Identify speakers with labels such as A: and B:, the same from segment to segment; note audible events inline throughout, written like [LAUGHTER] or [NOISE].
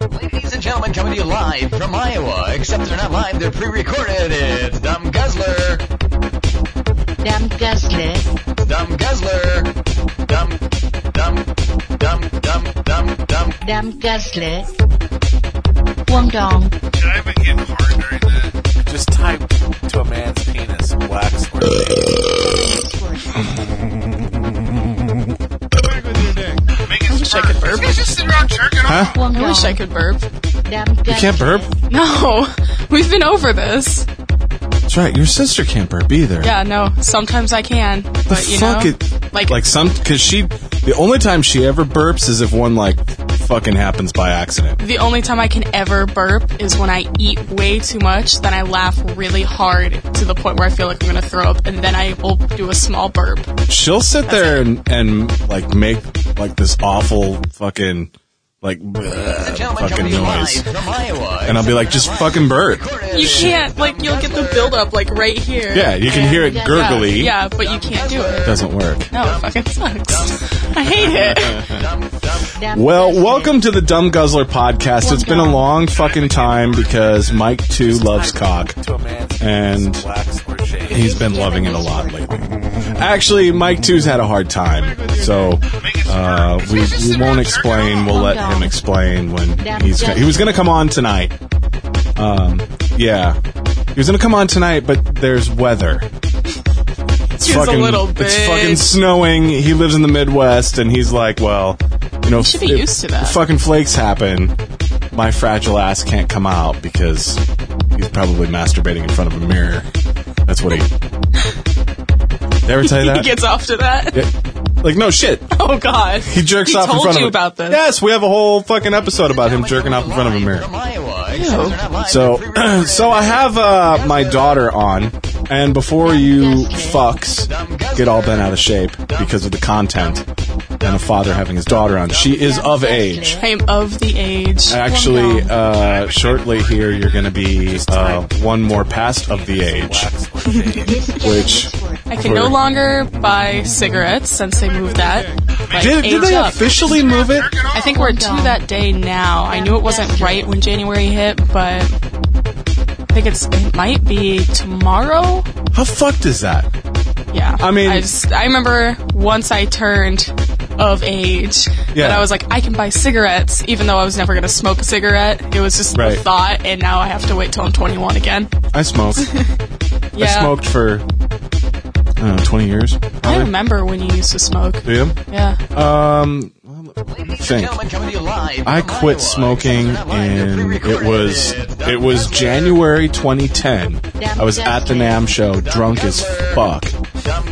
A: and gentlemen, coming to you live from Iowa. Except they're not live, they're pre-recorded. It's Dumb Guzzler,
B: Dumb Guzzler.
A: Dumb Guzzler, Dumb, Dumb, Dumb, Dumb, Dumb, Dumb.
B: Dumb Guzzler. Wong Dong.
C: Did I even get hard during that?
D: Just type to a man's penis black square.
C: Back with your dick. Make it
E: wish I could burp.
C: This guy's just sitting around jerking off.
B: Wong Dong.
E: I wish I could burp. [LAUGHS]
B: Dumb Guzzler.
F: You can't burp?
E: No, we've been over this.
F: That's right. Your sister can't burp either.
E: Yeah, no. Sometimes I can,
F: The
E: but you
F: fuck
E: know,
F: it,
E: like,
F: like some because she the only time she ever burps is if one like fucking happens by accident.
E: the only time I can ever burp is when I eat way too much. Then I laugh really hard to the point where I feel like I'm gonna throw up, and then I will do a small burp.
F: She'll sit there and, and like make like this awful fucking like
A: And
F: bleh,
A: gentlemen, coming
F: fucking
A: to you
F: noise,
A: live from Iowa.
F: and I'll be like,
A: except
F: just
A: they're not live,
F: fucking burp.
A: pre-recorded.
E: You can't, like, you'll get the buildup like right here.
F: Yeah, you can hear it
B: Yeah.
F: gurgly.
E: Yeah, but you can't do it.
F: Doesn't work.
E: No, it fucking sucks. I hate
F: [LAUGHS]
E: it.
B: Dumb
F: Well,
B: Guzzler.
F: welcome to the Dumb Guzzler podcast. It's been a
E: Dumb.
F: long fucking time because Mike too loves cock.
D: To a man's penis
F: And-
D: black square shade.
F: He's been loving it a lot lately. Actually, Mike Two's had a hard time, so uh, we, we won't explain. We'll let him explain when he's. He was going to come on tonight. Um, yeah, he was going to come on tonight, but there's weather. It's
E: He's a little
F: It's
E: bitch.
F: fucking snowing. He lives in the Midwest, and he's like, well, you know,
E: should be
F: if
E: used to that.
F: Fucking flakes happen. My fragile ass can't come out because he's probably masturbating in front of a mirror. That's what he. Did I ever
E: [LAUGHS]
F: tell you
E: He
F: that?
E: gets off to that.
F: Yeah. Like no shit.
E: Oh God.
F: He jerks off in
E: told
F: front
E: you
F: of. a-
E: about this.
F: Yes, we have a whole fucking episode about him
A: Gentlemen,
F: jerking off in front of a
A: coming to you
F: mirror.
A: live from Iowa, except they're not live,
F: So,
A: they're pre-recorded.
F: [CLEARS THROAT] so I have uh, my daughter on, and before you fucks get all bent out of shape because of the content and a father having his daughter on, she is of age.
E: I am of the age.
F: Actually, uh, shortly here you're going to be uh, one more past of the age.
D: Black square shade.
F: Which-
E: I can no
F: Word.
E: longer buy cigarettes since they moved that. Like,
F: Did, did
E: age
F: they
E: up.
F: officially move it?
C: Jerking off.
E: I think we're to that day now. I knew it wasn't right when January hit, but I think it's it might be tomorrow.
F: How fucked is that?
E: Yeah.
F: I mean-
E: I, just- I remember once I turned of age that
F: Yeah.
E: I was like, I can buy cigarettes, even though I was never gonna smoke a cigarette. It was just
F: Right.
E: the thought, and now I have to wait till I'm 21 again.
F: I smoked. I
E: Yeah.
F: smoked for I don't know, 20 years.
E: I
F: Probably.
E: remember when you used to smoke.
F: Do you?
E: Yeah.
F: Um, think.
A: Gentlemen, coming to you live from
F: I
A: Iowa,
F: quit
A: except
F: smoking
A: they're not live, they're
F: in it
A: pre-recorded.
F: was
A: It's Dumb
F: it was
A: Guzzler.
F: January 2010. I was at the Nam show, drunk as fuck,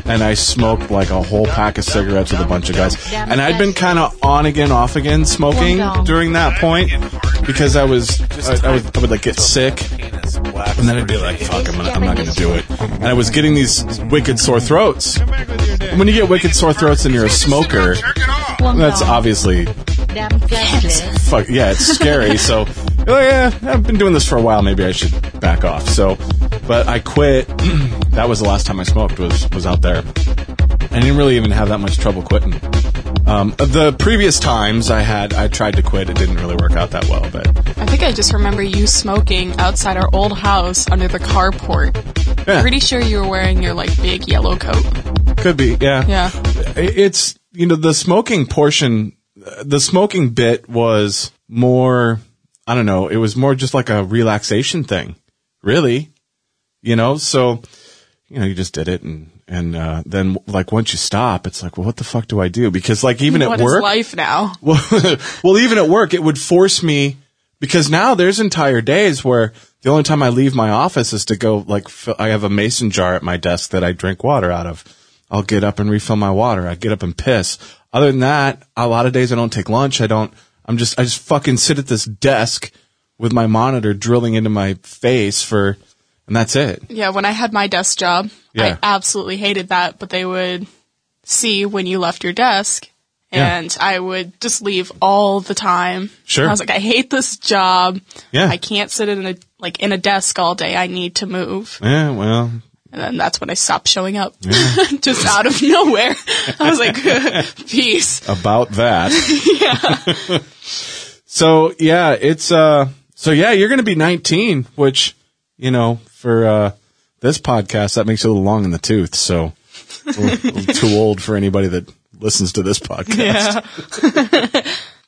F: and I smoked like a whole pack of cigarettes with a bunch of guys. And I'd been kind of on again, off again smoking during that Uh, point because I was I, I, would, I would like get sick.
D: Penis black
F: And then I'd be
D: square
F: like,
D: shade.
F: "Fuck, I'm, gonna, I'm not gonna do it." And I was getting these wicked sore throats.
C: Back with your dick.
F: And when you get wicked sore throats and you're a
C: This guy's just sitting
F: smoker,
C: around jerking off.
B: Wong
F: that's
B: Dong.
F: obviously
B: Dumb Guzzler.
F: fuck yeah, it's scary. so you're like, eh, I've been doing this for a while. Maybe I should back off. So, but I quit. [CLEARS THROAT] that was the last time I smoked. Was was out there. I didn't really even have that much trouble quitting. Um, the previous times I had, I tried to quit. It didn't really work out that well. But
E: I think I just remember you smoking outside our old house under the carport.
F: Yeah.
E: Pretty sure you were wearing your like big yellow coat.
F: could be, yeah,
E: Yeah.
F: It's you know the smoking portion, the smoking bit was more. I don't know. It was more just like a relaxation thing, really. You know, so you know, you just did it, and and uh, then like once you stop, it's like, well, what the fuck do I do? Because like even
E: What
F: at
E: is
F: work,
E: life now?
F: well, [LAUGHS] well, even at work, it would force me because now there's entire days where the only time I leave my office is to go like fill, I have a mason jar at my desk that I drink water out of. I'll get up and refill my water. I get up and piss. Other than that, a lot of days I don't take lunch. I don't. I'm just. I just fucking sit at this desk with my monitor drilling into my face for, and that's it.
E: Yeah, when I had my desk job,
F: Yeah.
E: I absolutely hated that, but they would see when you left your desk
F: Yeah.
E: and I would just leave all the time.
F: Sure.
E: I was like, I hate this job.
F: Yeah.
E: I can't sit in a like in a desk all day. I need to move.
F: Yeah. Well,
E: And then that's when I stopped showing up. [LAUGHS] just out of nowhere. I was like, [LAUGHS] peace.
F: about that. [LAUGHS] yeah. [LAUGHS] So yeah, it's uh so yeah, you're gonna be nineteen, which, you know, for uh this podcast that makes you a little long in the tooth, so a little- a little too old for anybody that listens to this podcast.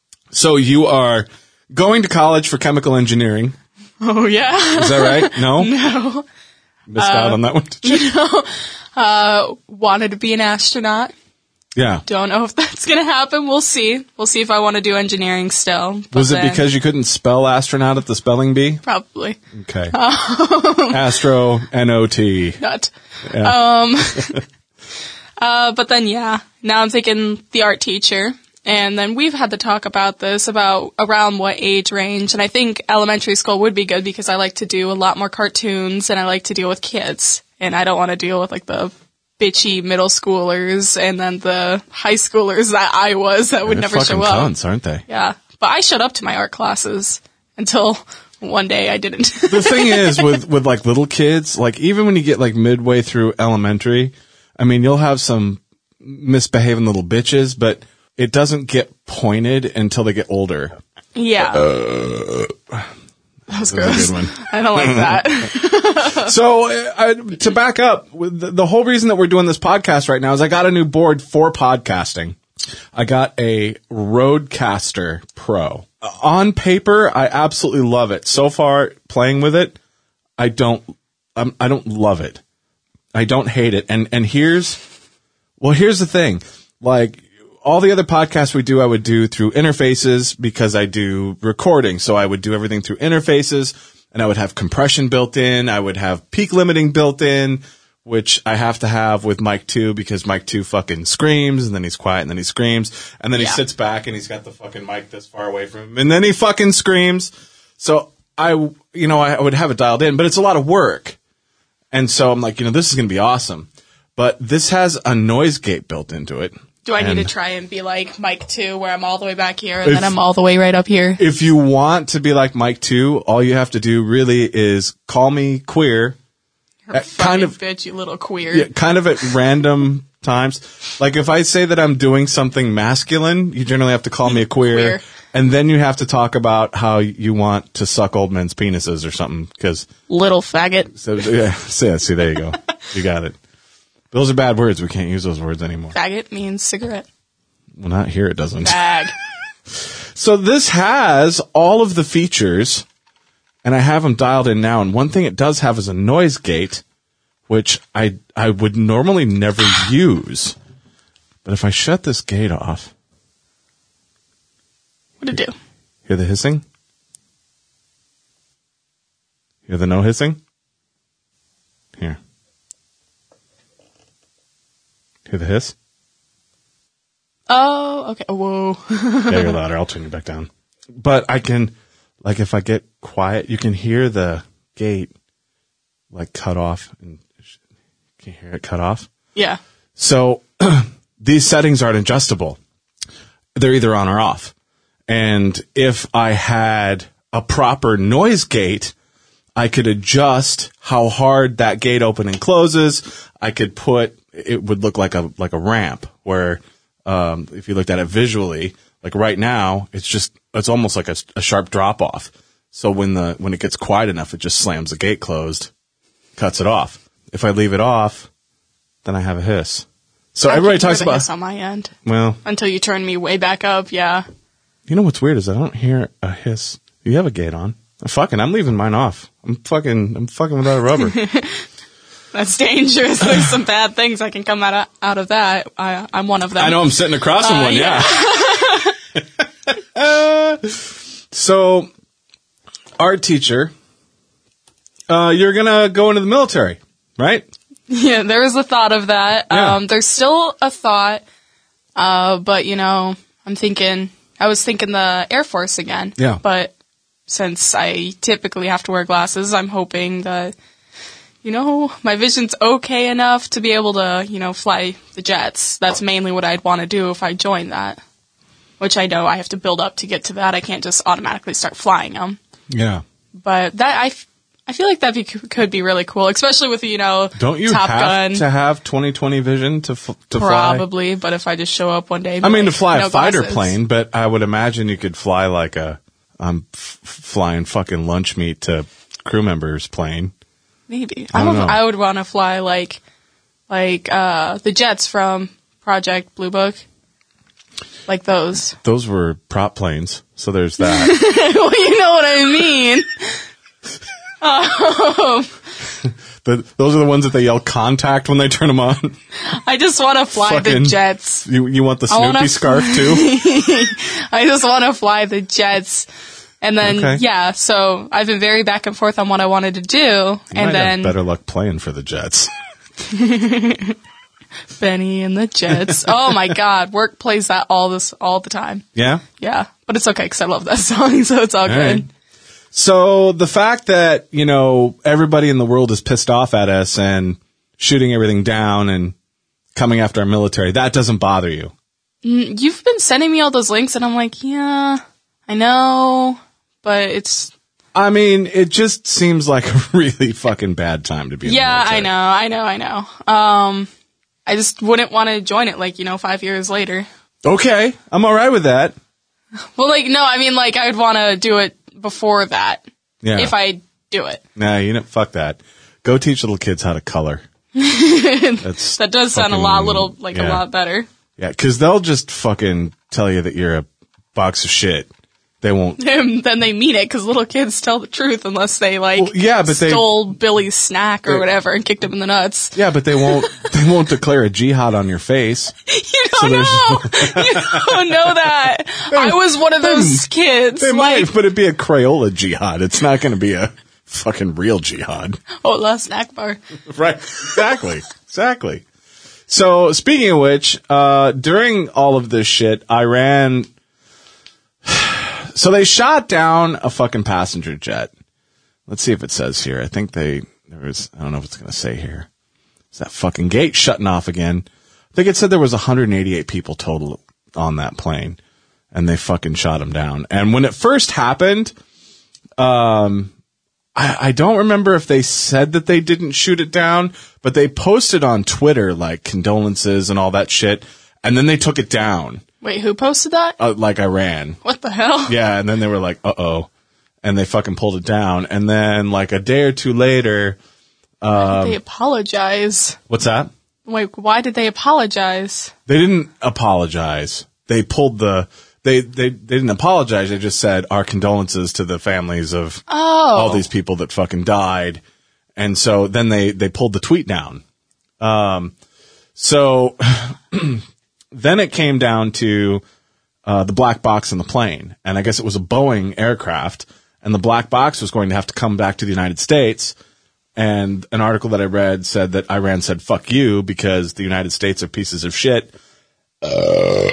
F: [LAUGHS] so you are going to college for chemical engineering.
E: Oh yeah.
F: Is that right? No? [LAUGHS] no. Uh, Missed out on that one. did you?
E: Wanted to be an astronaut.
F: Yeah.
E: Don't know if [LAUGHS] that's gonna happen. We'll see. We'll see if I want to do engineering still. But
F: Was it
E: then-
F: because you couldn't spell astronaut at the spelling bee?
E: probably [LAUGHS]
F: Okay.
E: Um,
F: Astro N O T.
E: not? Um,
F: Yeah. [LAUGHS]
E: [LAUGHS] Uh, but then yeah, now I'm thinking the art teacher. And then we've had to talk about this about around what age range. And I think elementary school would be good because I like to do a lot more cartoons and I like to deal with kids. And I don't want to deal with like the bitchy middle schoolers and then the high schoolers that I was that would
F: They're
E: never
F: fucking
E: show up.
F: cunts, aren't they?
E: Yeah. But I showed up to my art classes until one day I didn't. [LAUGHS]
F: the thing is with with like little kids, like even when you get like midway through elementary, I mean you'll have some misbehaving little bitches, but it doesn't get pointed until they get older.
E: yeah.
F: Uh,
E: that was
F: [LAUGHS]
E: gross.
F: one.
E: [LAUGHS] I don't like
F: [LAUGHS]
E: that.
F: So uh, I, to back up, with the, the whole reason that we're doing this podcast right now is I got a new board for podcasting. I got a Rodecaster Pro. Uh, On paper, I absolutely love it. So far, playing with it, I don't, I'm, I don't love it. I don't hate it. And and here's, well, here's the thing. Like all the other podcasts we do, I would do through interfaces because I do recording. So I would do everything through interfaces, and I would have compression built in. I would have peak limiting built in, which I have to have with Mike Two because Mike Two fucking screams, and then he's quiet, and then he screams, and then he sits back, and he's got the fucking mic this far away from him, and then he fucking screams. So I, you know, I would have it dialed in, but it's a lot of work. And so I'm like, you know, this is going to be awesome. But this has a noise gate built into it.
E: Do I need
F: And-
E: to try and be like Mike 2 where I'm all the way back here and
F: If-
E: then I'm all the way right up here?
F: If you want to be like Mike 2, all you have to do really is call me queer,
E: Her
F: Uh, kind
E: fucking
F: of-
E: bitch, you little queer.
F: yeah, kind of at random times. Like if I say that I'm doing something masculine, you generally have to call me a queer.
E: Queer.
F: And then you have to talk about how you want to suck old men's penises or something. Because,
E: Little faggot.
F: so, [LAUGHS] yeah, see, see, there you go. You got it. Those are bad words. We can't use those words anymore.
E: Faggot means cigarette.
F: Well, not here, it
E: [LAUGHS]
F: doesn't.
E: Fag.
F: So this has all of the features, and I have them dialed in now. And one thing it does have is a noise gate, which I I would normally never use. But if I shut this gate off,
E: What'd it do?
F: hear the hissing? Hear the no hissing? Here. Hear the hiss?
E: Oh, okay. Whoa. [LAUGHS]
F: yeah, you're louder. I'll turn you back down. But I can, like, if I get quiet, you can hear the gate, like, cut off. And sh- can you hear it cut off?
E: yeah.
F: So [CLEARS THROAT] these settings aren't adjustable. They're either on or off. And if I had a proper noise gate, I could adjust how hard that gate open and closes. I could put it would look like a like a ramp where um, if you looked at it visually, like right now, it's just it's almost like a, s- a sharp drop off. So when the when it gets quiet enough, it just slams the gate closed, cuts it off. If I leave it off, then I have a hiss. So everybody talks about
E: this on my end
F: well,
E: until you turn me way back up. Yeah.
F: you know what's weird is I don't hear a hiss. You have a gate on. I'm fucking, I'm leaving mine off. I'm fucking, I'm fucking without a rubber.
E: That's [LAUGHS] dangerous. There's some bad things that can come out of, out of that. I, I'm one of them.
F: [LAUGHS] I know I'm sitting across from
E: Uh,
F: one. Yeah. [LAUGHS] so, art teacher, uh, you're gonna go into the military, right?
E: [LAUGHS] Yeah, there is a thought of that.
F: Yeah.
E: Um, there's still a thought, uh, but you know, I'm thinking. I was thinking the Air Force again.
F: Yeah.
E: But since I typically have to wear glasses, I'm hoping that you know my vision's okay enough to be able to you know fly the jets. That's mainly what I'd want to do if I join that. Which I know I have to build up to get to that. I can't just automatically start flying them.
F: Yeah.
E: But that I, f- I feel like that be, could be really cool, especially with you know
F: Don't you
E: Top
F: have
E: Gun.
F: to have 2020 vision to f- to fly?
E: Probably, but if I just show up one day,
F: I mean, to fly
E: no
F: a fighter
E: glasses.
F: plane, but I would imagine you could fly like a I'm f- f- flying fucking lunch meat to crew members' plane.
E: Maybe.
F: I
E: I,
F: don't
E: would-
F: know.
E: I would want to fly like like uh the jets from Project Blue Book. Like those. [LAUGHS]
F: Those were prop planes, so there's that.
E: well, you know what I
F: [LAUGHS]
E: mean. Um,
F: the, those are the ones that they yell "contact" when they turn them on. [LAUGHS]
E: I just want to fly
F: Fucking-
E: the jets.
F: You, you want the
E: I wanna
F: Snoopy scarf
E: [LAUGHS]
F: too?
E: I just want to fly the jets. And then
F: Okay.
E: yeah, so I've been very back and forth on what I wanted to do and
F: Might have
E: then
F: better luck playing for the Jets. [LAUGHS]
E: Benny and the
F: [LAUGHS]
E: Jets. oh my god, work plays that all this all the time.
F: Yeah.
E: Yeah, but it's okay cuz I love that [LAUGHS] song, so it's all
F: All
E: good.
F: right. So the fact that you know everybody in the world is pissed off at us and shooting everything down and coming after our military that doesn't bother you.
E: you've been sending me all those links and I'm like, yeah, I know, but it's
F: I mean, it just seems like a [LAUGHS] really fucking bad time to be. in the
E: yeah,
F: military.
E: I know, I know, I know. Um I just wouldn't want to join it like, you know, 5 years later.
F: Okay, I'm all right with that.
E: Well, like no, I mean like I would want to do it before that
F: Yeah.
E: if I do it.
F: nah, you know, fuck that. Go teach little kids how to
E: [LAUGHS]
F: color. That's
E: That does sound a
F: Fucking-
E: lot little like a
F: yeah.
E: lot better. [LAUGHS]
F: yeah, because they'll just fucking tell you that you're a box of shit. They won't
E: And then they mean it cuz little kids tell the truth unless they like
F: Well, yeah, but they-
E: stole Billy's snack or
F: They-
E: whatever and kicked him in the nuts.
F: Yeah, but they won't. [LAUGHS] They won't declare a jihad on your face.
E: You don't know. you don't know
F: [LAUGHS]
E: that. I was one of those kids.
F: They
E: like,
F: might, but it'd be a Crayola jihad. It's not going to be a fucking real jihad,
E: oh, last snack bar.
F: [LAUGHS] right? Exactly. exactly. So, speaking of which, uh, during all of this shit, Iran. [SIGHS] So they shot down a fucking passenger jet. Let's see if it says here. I think they there was. I don't know if it's going to say here. It's that fucking gate shutting off again. I think it said there was 188 people total on that plane, and they fucking shot them down. And when it first happened, um, I, I don't remember if they said that they didn't shoot it down, but they posted on Twitter like condolences and all that shit, and then they took it down,
E: Wait, who posted that?
F: uh, like Iran.
E: What the hell?
F: Yeah, and then they were like, "Uh oh," and they fucking pulled it down. And then like a day or two later,
E: they apologize.
F: what's that?
E: Like, why did they apologize?
F: They didn't apologize. They pulled the they they, they didn't apologize. They just said our condolences to the families of all these people that fucking died. And so then they they pulled the tweet down. Um so [CLEARS THROAT] then it came down to uh, the black box in the plane, and I guess it was a Boeing aircraft, and the black box was going to have to come back to the United States. And an article that I read said that Iran said "fuck you" because the United States are pieces of shit. Uh,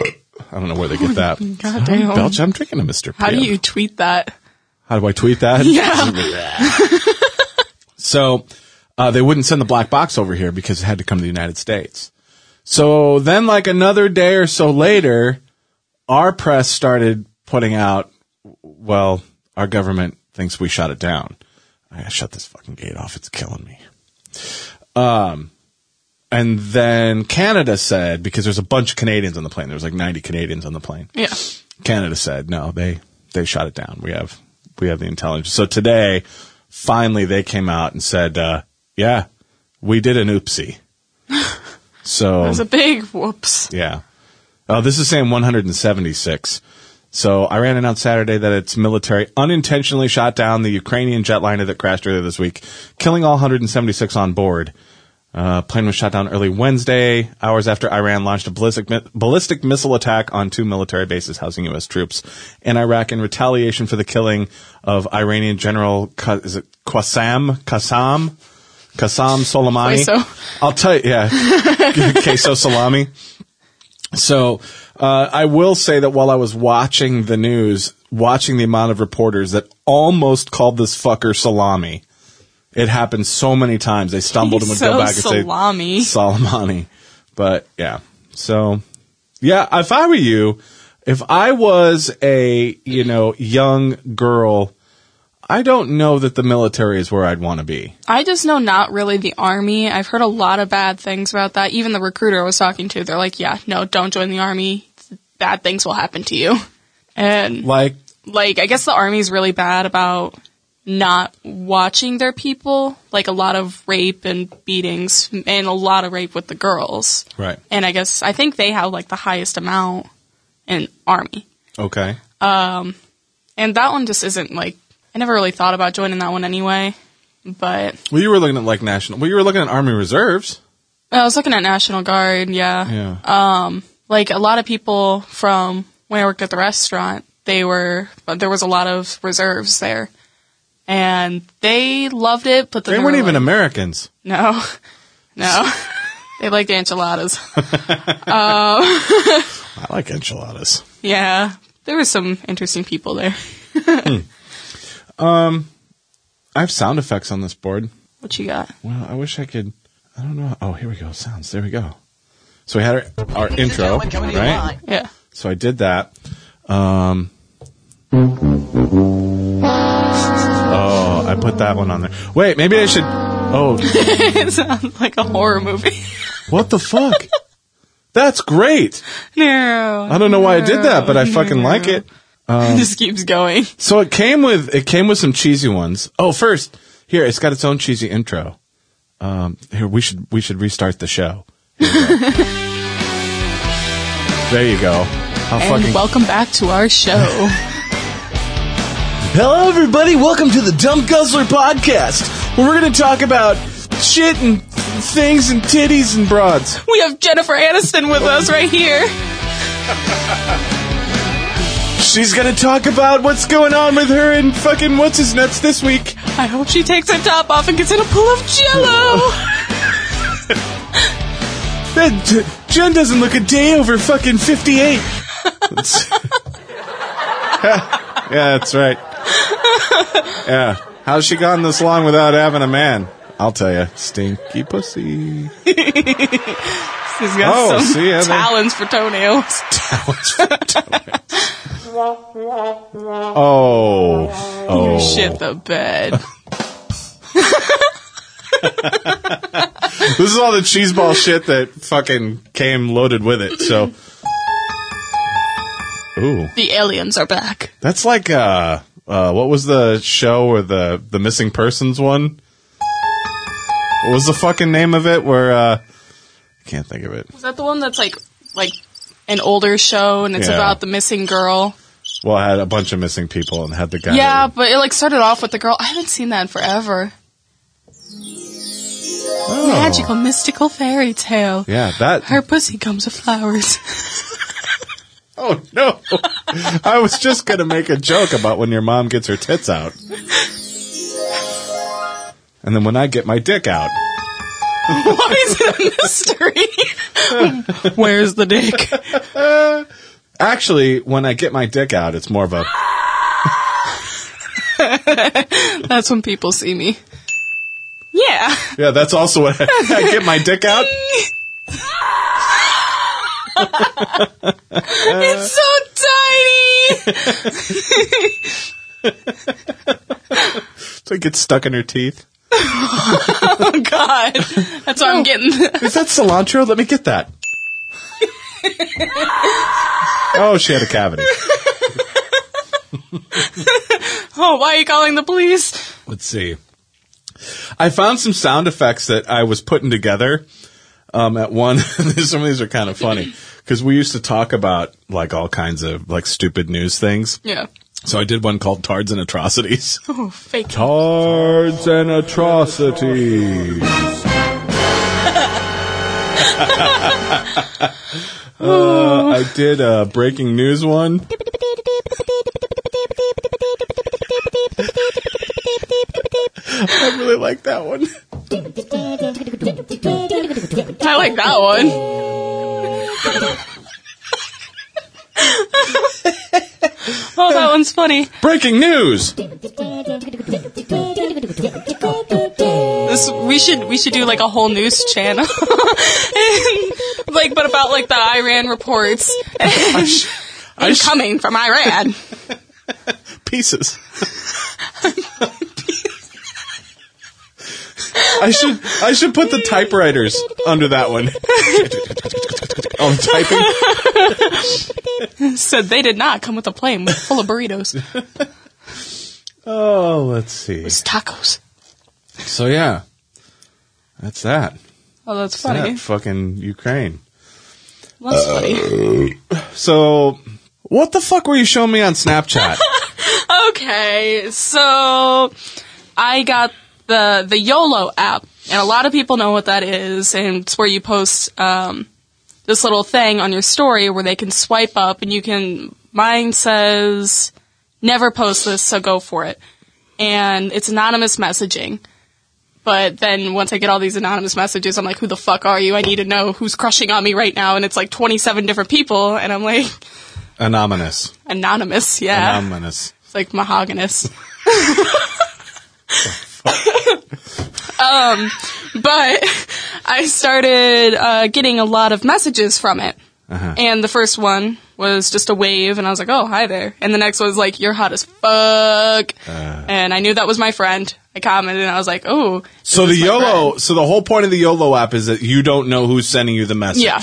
F: I don't know where they get that.
E: [LAUGHS] God damn.
F: Belch, I'm drinking a Mister.
E: How do you
F: [LAUGHS]
E: tweet that?
F: How do I tweet that? so uh, they wouldn't send the black box over here because it had to come to the United States. So then, like another day or so later, our press started putting out, well, our government thinks we shot it down. I gotta shut this fucking gate off. It's killing me. Um, and then Canada said, because there's a bunch of Canadians on the plane, there was like 90 Canadians on the plane.
E: Yeah.
F: Canada said no. They they shot it down. We have we have the intelligence. So today, finally, they came out and said, uh, yeah, we did an oopsie.
E: It
F: So
E: was a big whoops.
F: yeah, oh, this is saying 176. So Iran announced Saturday that its military unintentionally shot down the Ukrainian jetliner that crashed earlier this week, killing all 176 on board. Uh, plane was shot down early Wednesday, hours after Iran launched a ballistic, mi- ballistic missile attack on two military bases housing U.S. troops in Iraq in retaliation for the killing of Iranian General Qa- is it Qasem Qasam Qasam Soleimani.
E: Queso.
F: I'll tell you, yeah, queso salami. So uh, I will say that while I was watching the news, watching the amount of reporters that almost called this fucker salami. It happened so many times. They stumbled and would
E: So
F: go back and say
E: salami.
F: Salamani. But yeah. So yeah, if I were you, if I was a, you know, young girl, I don't know that the military is where I'd want to be.
E: I just know not really the army. I've heard a lot of bad things about that. Even the recruiter I was talking to, they're like, yeah, no, don't join the army. Bad things will happen to you. And
F: Like
E: like I guess the army's really bad about not watching their people, like a lot of rape and beatings and a lot of rape with the girls.
F: Right.
E: And I guess I think they have like the highest amount in army.
F: Okay.
E: And that one just isn't like I never really thought about joining that one anyway. But
F: Well, you were looking at like national. Well, you were looking at Army Reserves.
E: I was looking at National Guard, yeah.
F: Yeah.
E: Like a lot of people from when I worked at the restaurant, they were but there was a lot of reserves there. And they loved it, but then
F: they
E: they
F: weren't
E: were
F: even
E: like-
F: Americans.
E: No,
F: [LAUGHS]
E: no. they liked enchiladas.
F: I like enchiladas.
E: Yeah, there were some interesting people there.
F: I have sound effects on this board.
E: What you got?
F: Well, I wish I could. I don't know. Oh, here we go. Sounds. There we go. So we had our, our
A: Ladies and
F: intro,
A: gentlemen, coming to you
F: right?
A: live.
E: Yeah. [LAUGHS]
F: So I did that. Um, oh, I put that one on there. Wait, maybe I should. Oh,
E: it sounds like a horror movie. [LAUGHS]
F: what the
A: [LAUGHS]
F: fuck? That's great.
E: no.
F: I don't know why I did that, but I fucking like it.
E: it just keeps going.
F: So it came with it came with some cheesy ones. Oh, first here it's got its own cheesy intro. Um, here we should we should restart the show. there you go. How
E: And
F: fucking
E: welcome back to our
F: [LAUGHS]
E: show.
F: Hello, everybody. Welcome to the Dumb Guzzler podcast, where we're going to talk about shit and things and titties and broads.
E: we have Jennifer Aniston with us right here.
F: She's going to talk about what's going on with her and fucking what's his nuts this week.
E: I hope she takes her top off and gets in a pool of
F: [LAUGHS]
E: jello.
F: That J- Jen doesn't look a day over fucking 58. That's- [LAUGHS] yeah, that's right. Yeah. How's she gone this long without having a man? I'll tell you. Stinky pussy. [LAUGHS]
E: She's got
F: Oh,
E: some
F: see, I think-
E: talons for toenails.
F: Oh. Oh.
E: Shit
F: [LAUGHS]
E: the bed.
F: This is all the cheeseball shit that fucking came loaded with it. So, ooh,
E: the aliens are back.
F: that's like uh, uh, what was the show or the the missing persons one? What was the fucking name of it? Where uh, I can't think of it.
E: Is that the one that's like like an older show and it's
F: Yeah.
E: about the missing girl?
F: Well, I had a bunch of missing people and had the guy.
E: Yeah, but it like started off with the girl. I haven't seen that in forever.
F: Oh.
E: Magical mystical fairy tale.
F: Yeah, that.
E: Her pussy comes with flowers. [LAUGHS]
F: oh no! [LAUGHS] I was just gonna make a joke about when your mom gets her tits out, and then when I get my dick out.
E: Why is it a mystery? [LAUGHS] Where's the dick?
F: Actually, when I get my dick out, it's more of a.
E: That's when people see me. Yeah. [LAUGHS]
F: Yeah, that's also what [LAUGHS] I, I get my dick out.
E: It's so tiny.
F: So it gets stuck in her teeth.
E: Oh god. That's why I'm getting
F: Is that cilantro? Let me get that. oh, she had a cavity.
E: Oh, why are you calling the police?
F: Let's see. I found some sound effects that I was putting together. Um, at one, [LAUGHS] some of these are kind of funny because we used to talk about like all kinds of like stupid news things.
E: Yeah.
F: So I did one called Tards and Atrocities.
E: Oh, fake.
F: Cards and atrocities. Uh, I did a breaking news one. I really like that one.
E: I like that one. oh, that one's funny.
F: Breaking news.
E: This we should we should do like a whole news channel, [LAUGHS] And, like but about like the Iran reports
F: I sh- I sh-
E: coming from Iran.
F: pieces. I should I [LAUGHS] should put the typewriters under that one. I'm Oh, typing.
E: Said they did not come with a plane full of burritos. It
F: Oh, let's see.
E: was tacos.
F: So yeah, that's that.
E: Oh, that's
F: That
E: funny.
F: fucking Ukraine.
E: That's funny.
F: So what the fuck were you showing me on
E: [LAUGHS]
F: Snapchat?
E: Okay, so I got the the YOLO app, and a lot of people know what that is, and it's where you post um, this little thing on your story where they can swipe up, and you can. Mine says, "Never post this, so go for it," and it's anonymous messaging. But then once I get all these anonymous messages, I'm like, "Who the fuck are you? I need to know who's crushing on me right now." And it's like 27 different people, and I'm like, [LAUGHS]
F: Anonymous.
E: "Anonymous, yeah."
F: Anonymous.
E: It's like mohaganous. um, but I started uh, getting a lot of messages from it. And the first one was just a wave, and I was like, oh, hi there. And the next one was like, you're hot as fuck. and I knew that was my friend. I commented, and I was like, oh.
F: So the
E: my
F: YOLO, so the whole point of the YOLO app is that you don't know who's sending you the message.
E: Yeah.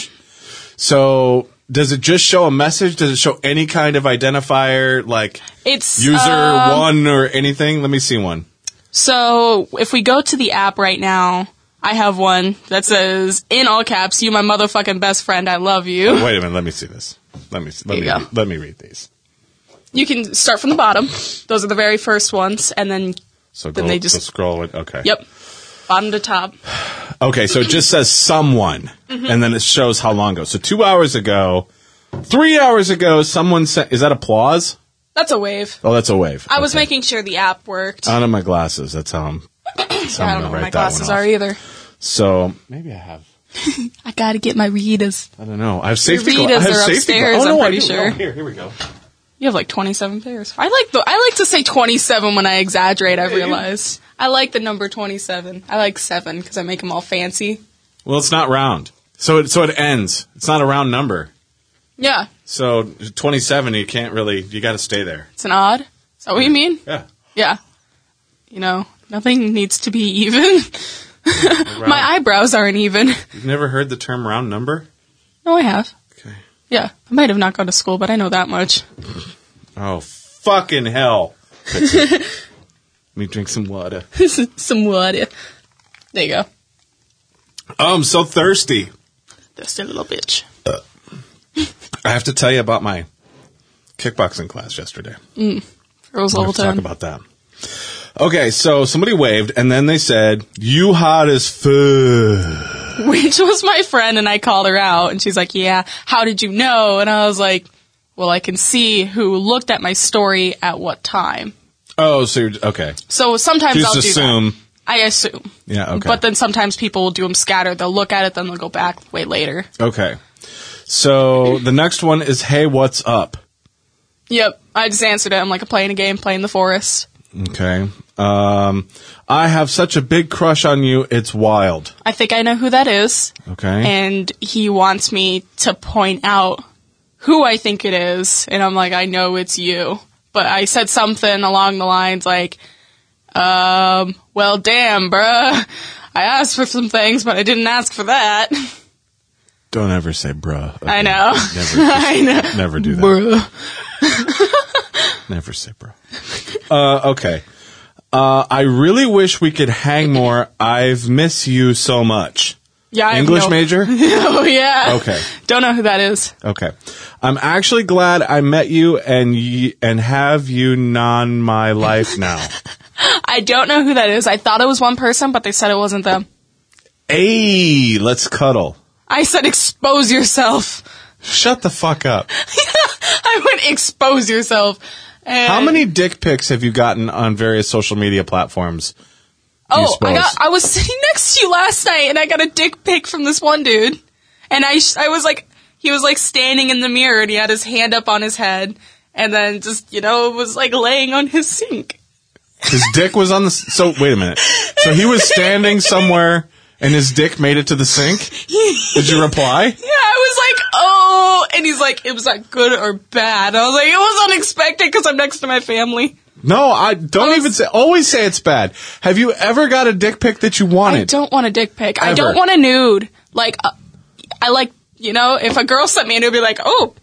F: So does it just show a message? Does it show any kind of identifier like
E: It's
F: user
E: uh,
F: one or anything? Let me see one.
E: So if we go to the app right now, I have one that says, in all caps, you my motherfucking best friend, I love you.
F: Wait a minute, let me see this. Let me see, let
E: There
F: me
E: you go.
F: re- let me read these.
E: you can start from the bottom. Those are the very first ones, and then
F: So
E: Then
F: go,
E: they just-
F: so scroll it. Okay.
E: yep, bottom to top.
F: Okay, so it just says someone,
E: Mm-hmm.
F: and then it shows how long ago. So two hours ago, three hours ago, someone sent. Is that applause?
E: That's a wave.
F: Oh, that's a wave.
E: I was
F: Okay.
E: making sure the app worked.
F: Out of my glasses. That's how I'm. that's how
E: I
F: I'm
E: don't know
F: gonna
E: where
F: write
E: my
F: that one
E: glasses
F: off.
E: are either.
F: So maybe I have.
E: I gotta get my readers.
F: I don't know. I have safety.
E: Your
F: gla- I
E: Vitas
F: have
E: are
F: safety. gla-
E: upstairs,
F: oh,
E: I'm
F: no, I
E: pretty
F: do.
E: sure.
F: No, here, here we go.
E: You have like twenty-seven pairs. I like the. I like to say twenty-seven when I exaggerate. I realize. I like the number twenty-seven. I like seven because I make them all fancy.
F: Well, it's not round, so it so it ends. It's not a round number.
E: Yeah,
F: So twenty seven, you can't really. You got to stay there.
E: it's an odd. Is that what you mean?
F: Yeah.
E: Yeah. You know, nothing needs to be [LAUGHS] even.
F: Round.
E: My eyebrows aren't even.
F: You've never heard the term round number?
E: No, I have.
F: Okay.
E: Yeah, I might have not gone to school, but I know that much. [LAUGHS]
F: Oh fucking [LAUGHS] hell! Pixie. Let me drink some water.
E: Some wood. There you go.
F: Oh, I'm so thirsty.
E: That's a little bitch.
F: I have to tell you about my kickboxing class yesterday.
E: Girls
F: We'll
E: level
F: have to talk
E: 10. [LAUGHS]
F: about that. Okay, so somebody waved, and then they said, "You hot as fuck."
E: Which was my friend, and I called her out, and she's like, Yeah, how did you know? And I was like, Well, I can see who looked at my story at what time.
F: Oh, so you're okay?
E: So sometimes
F: Just
E: I'll do that.
F: assume.
E: I assume.
F: Yeah. Okay.
E: But then sometimes people will do them scattered. They'll look at it, then they'll go back way later.
F: okay. So the next one is, "Hey, what's up?"
E: Yep, I just answered it. I'm like, I'm playing a game, playing the forest.
F: Okay. Um, I have such a big crush on you. It's wild.
E: I think I know who that is.
F: Okay.
E: and he wants me to point out who I think it is, and I'm like, I know it's you. But I said something along the lines like, um, well, damn, bruh. I asked for some things, but I didn't ask for that. [LAUGHS]
F: Don't ever say "bruh."
E: I
F: again.
E: know. [LAUGHS]
F: Never,
E: I know.
F: never do that.
E: Bruh.
F: Never say bro. uh, okay. Uh, I really wish we could hang more. I've miss you so much.
E: Yeah, I have
F: English
E: no-
F: major?
E: [LAUGHS] Oh, yeah.
F: Okay.
E: Don't know who that is.
F: Okay. I'm actually glad I met you and y- and have you non my life
E: [LAUGHS]
F: now.
E: I don't know who that is. I thought it was one person, but they said it wasn't them.
F: hey, let's cuddle.
E: I said, expose yourself. [LAUGHS]
F: Shut the fuck up.
E: I went, expose yourself. And
F: How many dick pics have you gotten on various social media platforms? you
E: Oh, I
F: suppose?
E: got. [LAUGHS] I was sitting next to you last night, and I got a dick pic from this one dude, and I sh- I was like, he was like standing in the mirror, and he had his hand up on his head, and then just you know was like laying on his sink.
F: His dick was on the. s- So wait a minute. So he was standing somewhere and his dick made it to the sink. Did you reply?
E: Yeah, I was like, oh, and he's like, it was not good or bad. I was like, it was unexpected because I'm next to my family.
F: No, I don't
E: I was-
F: even say. Always say it's bad. Have you ever got a dick pic that you
E: I
F: wanted?
E: don't want a dick pic. I
F: Ever.
E: don't want a nude. Like, uh, I like You know, if a girl sent me and it would be like, oh,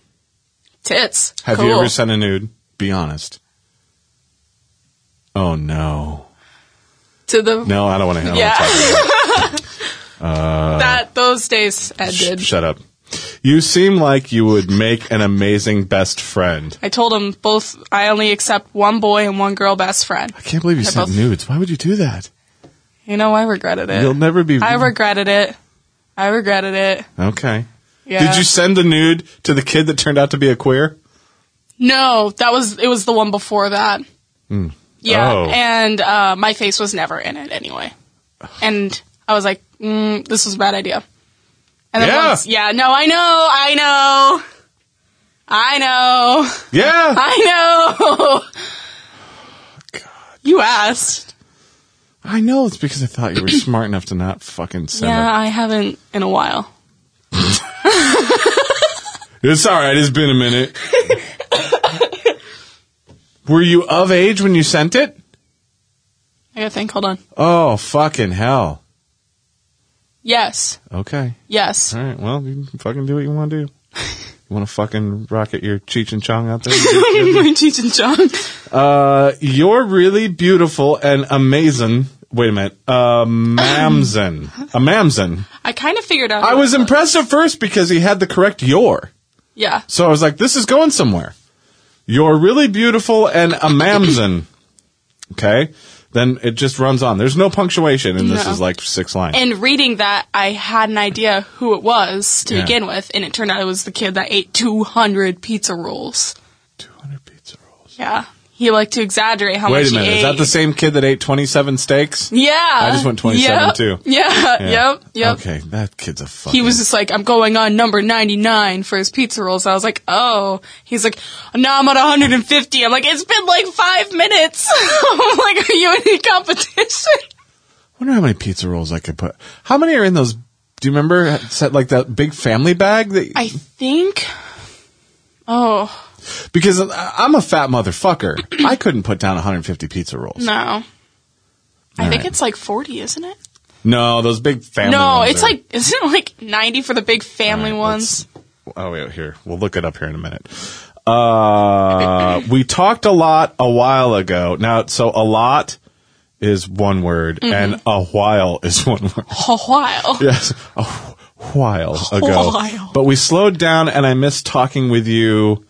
E: tits.
F: Have you
E: Cool.
F: ever sent a nude? Be honest. Oh no,
E: to the
F: no, I don't want to.
E: yeah?
F: [LAUGHS] Uh,
E: that those days ended.
F: Shut up. You seem like you would make an amazing best friend.
E: I told them both. I only accept one boy and one girl best friend.
F: I can't believe you
E: They're
F: sent
E: both-
F: nudes. Why would you do that?
E: You know, I regretted it.
F: You'll never be.
E: I regretted it. I regretted it.
F: okay.
E: Yeah.
F: Did you send a nude to the kid that turned out to be a queer?
E: No, that was it. Was the one before that? Yeah,
F: Oh.
E: and uh, my face was never in it anyway. And I was like, mm, this was a bad idea. And then
F: Yeah.
E: once, yeah, no, I know, I know, I know,
F: Yeah.
E: I know. You asked.
F: I know it's because I thought you were smart enough to not fucking send
E: Yeah,
F: it.
E: I haven't in a while.
F: It's all right. It's been a minute. [LAUGHS] were you of age when you sent it?
E: I gotta think. Hold on.
F: Oh fucking hell.
E: Yes,
F: Okay.
E: yes. [LAUGHS]
F: All right. Well, you can fucking do what you want to do. You want to fucking rocket your Cheech and Chong out [LAUGHS] there?
E: My Cheech and Chong.
F: uh, you're really beautiful and amazing. Wait a minute. Uh, mamzen. A mamzen.
E: I kind of figured out.
F: I was impressed at first because he had the correct your.
E: Yeah.
F: So I was like, this is going somewhere. You're really beautiful and a mamzen. Okay. Then it just runs on. There's no punctuation, and this
E: No.
F: is like six lines.
E: And reading that, I had an idea who it was to
F: Yeah.
E: begin with, and it turned out it was the kid that ate 200 pizza rolls.
F: 200 pizza rolls.
E: Yeah. He liked to exaggerate how
F: Wait
E: much
F: a minute.
E: he ate.
F: Is that the same kid that ate 27 steaks?
E: Yeah.
F: I just went 27
E: yep.
F: too.
E: Yeah.
F: Yeah.
E: Yep. Yep.
F: Okay, that kid's a fucking.
E: He was just like, I'm going on number 99 for his pizza rolls. I was like, oh. He's like, no, I'm at 150. I'm like, it's been like five minutes. [LAUGHS] I'm like, are you in any competition?
F: wonder how many pizza rolls I could put. How many are in those? Do you remember set like that big family bag? That
E: I think. Oh,
F: because I- I'm a fat motherfucker.
E: [CLEARS THROAT]
F: I couldn't put down 150 pizza rolls.
E: no. I
F: All
E: think
F: right.
E: it's like 40, isn't it?
F: No, those big family.
E: No,
F: ones
E: it's
F: are-
E: like isn't it like ninety for the big family
F: All right, let's-
E: ones?
F: Oh wait, here we'll look it up here in a minute. Uh, we talked a lot a while ago. Now, so a lot is one word,
E: Mm-hmm.
F: and a while is [LAUGHS] one word.
E: [LAUGHS] A while.
F: Yes, a wh- while ago.
E: while.
F: But we slowed down, and I missed talking with you.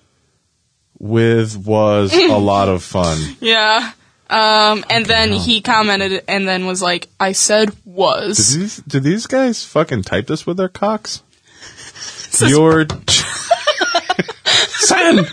F: With was
E: [LAUGHS]
F: a lot of fun.
E: Yeah. Um, and then he commented and then was like, "I said
F: Did
E: was."
F: these, did these guys fucking type this with their cocks?
E: is-
F: Your
E: [LAUGHS]
F: ch- send.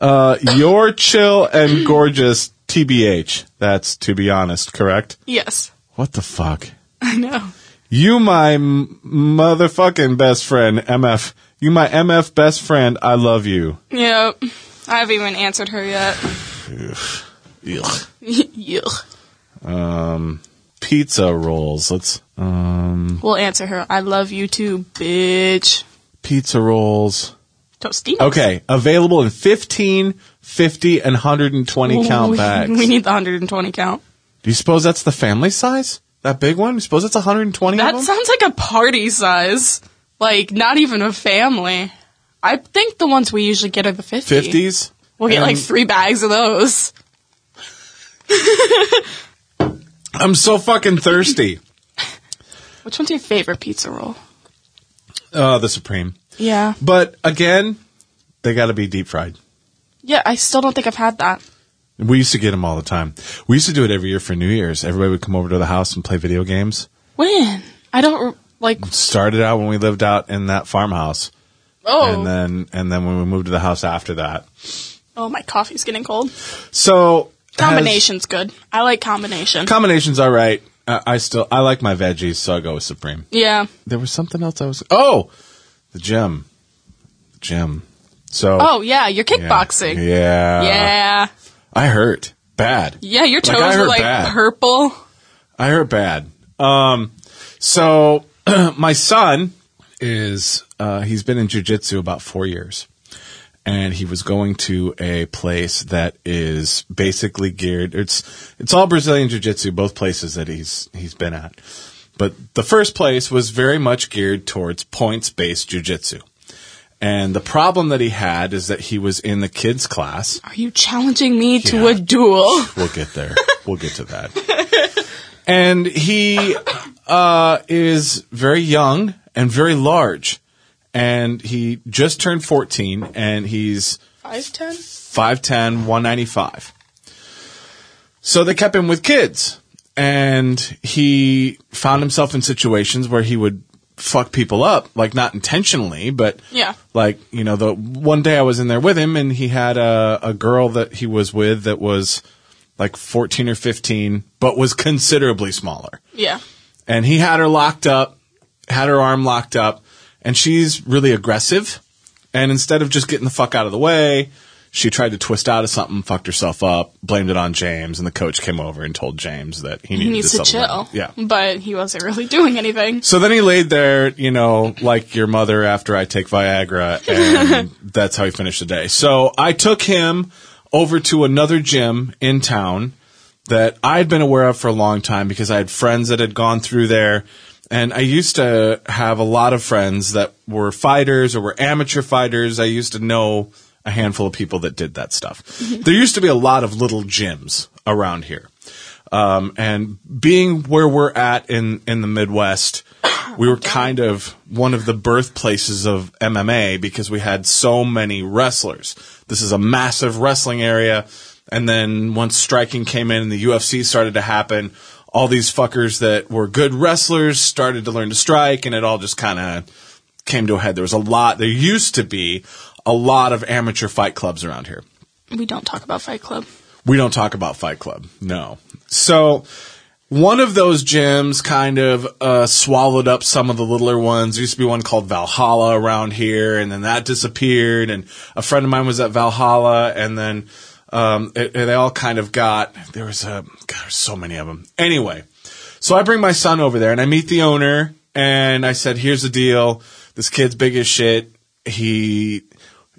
F: uh, you're chill and gorgeous, tbh. That's to be honest, correct?
E: Yes, [LAUGHS]
F: What the fuck?
E: I know.
F: You my m- motherfucking best friend, MF. You my MF best friend. I love you.
E: Yep. I haven't even answered her yet. [LAUGHS]
F: Ugh.
E: Yuck.
F: Um, Pizza rolls. Let's um
E: We'll answer her. I love you too, bitch.
F: pizza rolls.
E: Tostino.
F: Okay, available in 15, 50, and 120 count
E: we,
F: bags.
E: [LAUGHS] We need the 120 count.
F: Do you suppose that's the family size? That big one? You suppose it's 120
E: That
F: of them?
E: sounds like a party size. Like not even a family. I think the ones we usually get are the 50.
F: 50s?
E: We'll get like
F: And-
E: three bags of those.
F: I'm so fucking thirsty.
E: Which one's your favorite pizza roll?
F: Oh, the Supreme.
E: Yeah.
F: But again, they gotta be deep fried.
E: Yeah, I still don't think I've had that.
F: We used to get them all the time. We used to do it every year for New Year's. Everybody would come over to the house and play video games.
E: When? I don't, re- like,
F: Started out when we lived out in that farmhouse.
E: oh.
F: And then, and then when we moved to the house after that.
E: oh, my coffee's getting cold.
F: So. has-
E: Combination's good. I like combination.
F: combinations are right. I, I still I like my veggies, so I go with Supreme.
E: yeah.
F: There was something else I was. Oh, the gym, the gym. So
E: Oh, yeah, your
F: yeah.
E: kickboxing.
F: Yeah,
E: yeah.
F: I hurt bad.
E: Yeah, your
F: Like, I
E: toes were
F: hurt
E: like
F: bad.
E: purple.
F: I hurt bad. Um, so [CLEARS THROAT] my son is uh, he's been in jujitsu about four years, and he was going to a place that is basically geared. It's it's all Brazilian jiu-jitsu, both places that he's he's been at. But the first place was very much geared towards points based jujitsu. And the problem that he had is that he was in the kids' class.
E: Are you challenging me to
F: Yeah.
E: a duel?
F: We'll get there. we'll get to that. And he uh, is very young and very large. And he just turned 14 and he's
E: 5'10?
F: 5'10, 195. So they kept him with kids. And he found himself in situations where he would fuck people up, like not intentionally, but
E: Yeah.
F: like, you know, the one day I was in there with him and he had a, a girl that he was with that was like 14 or 15, but was considerably smaller
E: Yeah.
F: and he had her locked up, had her arm locked up, and she's really aggressive. And instead of just getting the fuck out of the way, she tried to twist out of something, fucked herself up, blamed it on James, and the coach came over and told James that he needed
E: He needs
F: settle
E: to chill.
F: down. Yeah.
E: But he wasn't really [LAUGHS] doing anything.
F: So then he laid there, you know, like your mother after I take Viagra, and that's how he finished the day. So I took him over to another gym in town that I'd been aware of for a long time because I had friends that had gone through there. And I used to have a lot of friends that were fighters or were amateur fighters. I used to know a handful of people that did that stuff. There used to be a lot of little gyms around here. Um, and being where we're at in, in the Midwest, we were kind of one of the birthplaces of MMA because we had so many wrestlers. This is a massive wrestling area. And then once striking came in and the UFC started to happen, all these fuckers that were good wrestlers started to learn to strike and it all just kind of came to a head. There was a lot, there used to be a lot of amateur fight clubs around here.
E: We don't talk about Fight Club.
F: We don't talk about Fight Club. No. So one of those gyms kind of uh, swallowed up some of the littler ones. There used to be one called Valhalla around here, and then that disappeared. And a friend of mine was at Valhalla, and then um, it, it- they all kind of got. There was a God. There's so many of them. Anyway, so I bring my son over there, and I meet the owner, and I said, "Here's the deal. This kid's big as shit. He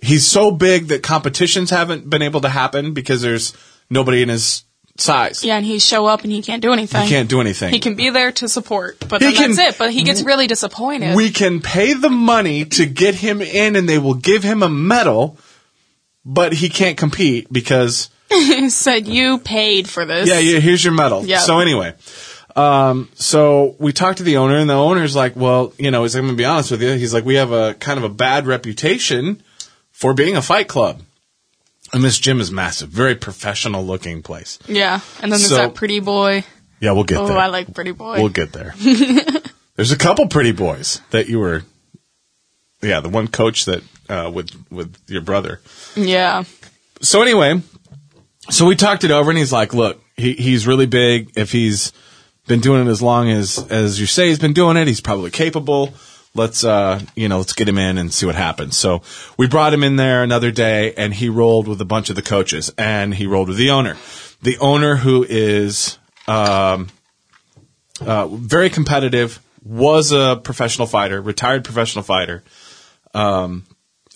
F: he's so big that competitions haven't been able to happen because there's nobody in his size.
E: Yeah, and he show up and he can't do anything.
F: He can't do anything.
E: He can be there to support, but
F: He
E: then
F: can-
E: that's it. But he gets really disappointed. [LAUGHS]
F: we can pay the money to get him in and they will give him a medal, but he can't compete because
E: said you paid for this.
F: yeah, yeah, here's your medal.
E: Yeah.
F: So anyway, um, so we talked to the owner and the owner's like, well, you know, he's like, I'm going to be honest with you. He's like, we have a kind of a bad reputation for being a fight club. And this gym is massive, very professional looking place.
E: Yeah. And then there's
F: So-
E: that pretty boy.
F: Yeah, we'll get
E: Oh,
F: there.
E: I like pretty boy.
F: We'll get there. [LAUGHS] There's a couple pretty boys that you were. Yeah, the one coach that uh, with with your brother.
E: yeah.
F: So anyway, so we talked it over, and he's like, "Look, he, he's really big. If he's been doing it as long as as you say he's been doing it, he's probably capable. Let's uh, you know, let's get him in and see what happens." So we brought him in there another day, and he rolled with a bunch of the coaches, and he rolled with the owner, the owner who is um, uh, very competitive, was a professional fighter, retired professional fighter, um,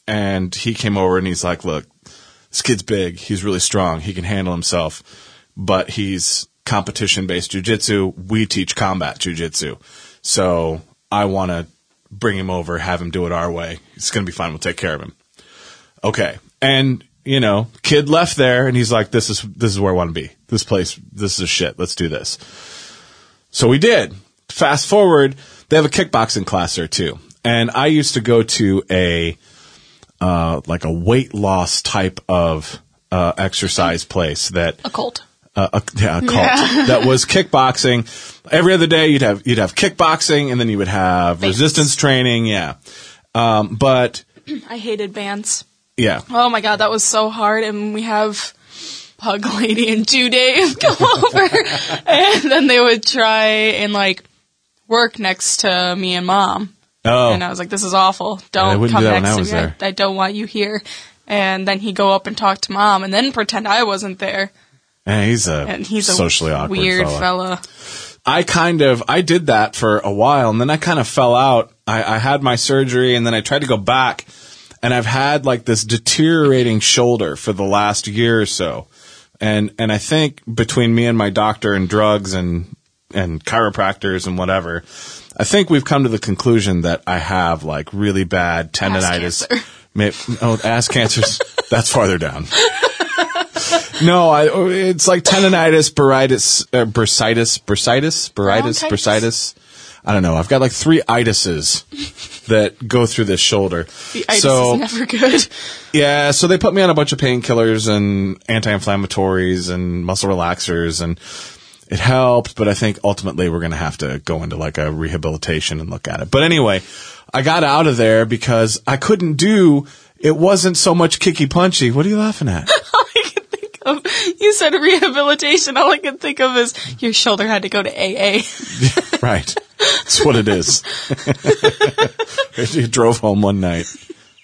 F: and he came over and he's like, "Look." this kid's big. He's really strong. He can handle himself, but he's competition based jujitsu. We teach combat jujitsu. So I want to bring him over, have him do it our way. It's going to be fine. We'll take care of him. Okay. And, you know, kid left there and he's like, this is, this is where I want to be. This place, this is shit. Let's do this. So we did. Fast forward, they have a kickboxing class there too. And I used to go to a, like a weight loss type of uh, exercise place that
E: A cult.
F: uh, a, yeah, a cult [LAUGHS] that was kickboxing. Every other day you'd have you'd have kickboxing and then you would have resistance training. Yeah, um, but
E: I hated bands.
F: yeah,
E: Oh my god, that was so hard. And we have Pug [LAUGHS] Lady and Jew Dave [LAUGHS] come over, and then they would try and like work next to me and mom.
F: oh
E: And I was like, "This is awful.
F: they
E: Don't
F: wouldn't
E: come
F: do that
E: next
F: when I
E: to
F: was
E: me.
F: there."
E: I, I don't want you here." And then he'd go up and talk to mom, and then pretend I wasn't there.
F: Eh, he's a
E: And he's a
F: socially awkward
E: weird
F: fella.
E: fella.
F: I kind of I did that for a while and then I kind of fell out. I, I had my surgery and then I tried to go back and I've had like this deteriorating shoulder for the last year or so. And and I think between me and my doctor and drugs and and chiropractors and whatever. I think we've come to the conclusion that I have like really bad tendonitis.
E: cancer.
F: May- oh, ass cancers. that's farther down. No, I, it's like tendonitis, buritis, uh, bursitis, bursitis, buritis,
E: Bronchitis?
F: bursitis. I don't know. I've got like three itises that go through this shoulder.
E: The itis
F: so
E: is never good. [LAUGHS]
F: yeah, so they put me on a bunch of painkillers and anti-inflammatories and muscle relaxers, and it helped. But I think ultimately we're going to have to go into like a rehabilitation and look at it. But anyway, I got out of there because I couldn't do. It wasn't so much kicky punchy. What are you laughing at?
E: Of- You said rehabilitation. All I can think of is your shoulder had to go to AA.
F: Right. That's what it is. [LAUGHS] he drove home one night,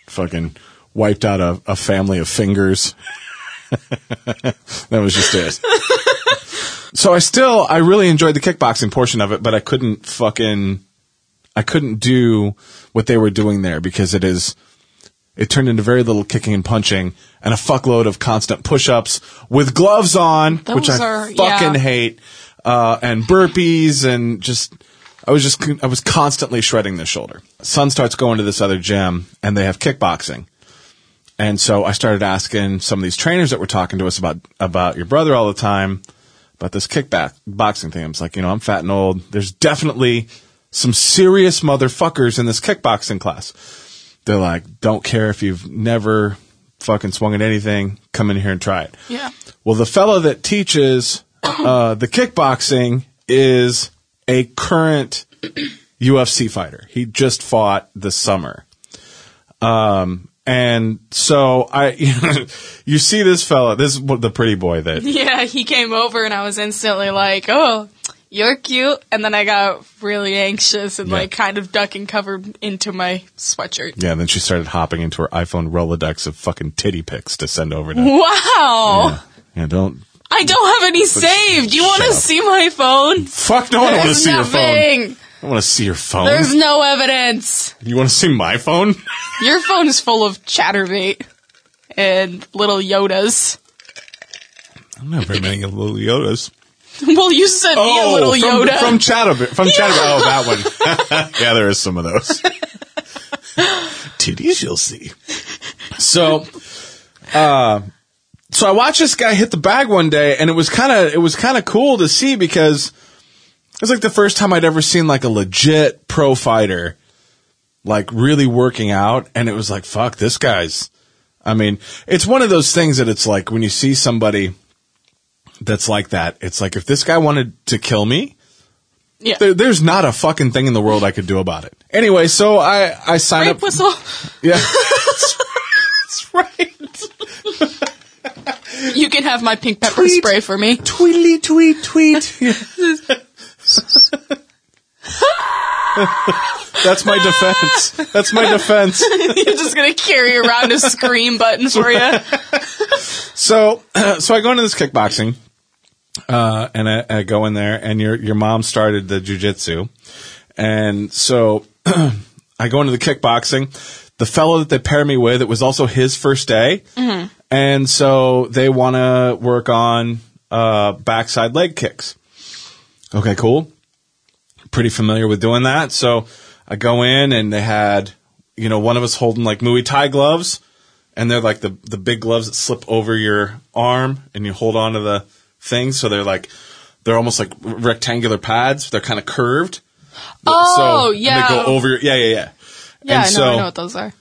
F: fucking wiped out a, a family of fingers. [LAUGHS] that was just it. so I still, I really enjoyed the kickboxing portion of it, but I couldn't fucking, I couldn't do what they were doing there because it is, it turned into very little kicking and punching and a fuckload of constant push-ups with gloves on, which I
E: Those are-
F: fucking
E: yeah.
F: hate, uh, and burpees and just, I was just, I was constantly shredding the shoulder. Son starts going to this other gym and they have kickboxing. And so I started asking some of these trainers that were talking to us about, about your brother all the time about this kickback boxing thing. I was like, you know, I'm fat and old. There's definitely some serious motherfuckers in this kickboxing class. They're like, don't care if you've never fucking swung at anything, come in here and try it.
E: Yeah.
F: Well, the fellow that teaches uh, the kickboxing is a current UFC fighter. He just fought this summer. Um, and so I, [LAUGHS] you see this fella, this is the pretty boy that
E: Yeah, he came over and I was instantly like, oh, you're cute. And then I got really anxious and
F: Yeah.
E: like kind of duck and covered into my sweatshirt.
F: [LAUGHS] Yeah, and then she started hopping into her iPhone Rolodex of fucking titty pics to send over to.
E: Wow.
F: Yeah, yeah, don't.
E: I don't have any saved. You want
F: shut
E: to
F: up.
E: see my phone?
F: Fuck no! I don't want to
E: There's
F: see your phone.
E: nothing.
F: I want to see your phone.
E: There's no evidence.
F: you want to see my
E: [LAUGHS]
F: phone?
E: Your phone is full of chatterbait and little Yodas. [LAUGHS]
F: I'm not very many little Yodas.
E: Well, you sent me a little
F: Oh, from,
E: Yoda.
F: from Chatterbait.
E: [LAUGHS]
F: From Chatterbait. Oh, that one. [LAUGHS] yeah, there is some of those. [LAUGHS] Titties, you'll see. So, uh, so I watched this guy hit the bag one day, and it was kind of it was kind of cool to see because it was like the first time I'd ever seen like a legit pro fighter, like really working out, and it was like, fuck, this guy's. I mean, it's one of those things that it's like when you see somebody that's like that. It's like if this guy wanted to kill me,
E: yeah.
F: there, there's not a fucking thing in the world I could do about it. Anyway, so I I sign
E: Rape
F: up.
E: whistle.
F: yeah,
E: [LAUGHS] That's right. you can have my pink pepper
F: Tweet.
E: spray for me. [LAUGHS]
F: tweetly tweet tweet. Yeah. That's my defense. That's my defense.
E: You're just gonna carry around a scream button for you.
F: So, [CLEARS THROAT] so I go into this kickboxing, uh, and I, I go in there, and your your mom started the jujitsu, and so [CLEARS THROAT] I go into the kickboxing. The fellow that they pair me with, it was also his first day, and so they want to work on uh, backside leg kicks. Okay, cool. Pretty familiar with doing that, so I go in, and they had you know one of us holding like Muay Thai gloves and they're like the the big gloves that slip over your arm and you hold onto the thing so they're like they're almost like rectangular pads they're kind of curved
E: Oh,
F: and they
E: yeah.
F: go over your, yeah yeah yeah
E: Yeah,
F: And
E: I know,
F: so-
E: I know what those
F: [LAUGHS]
E: are.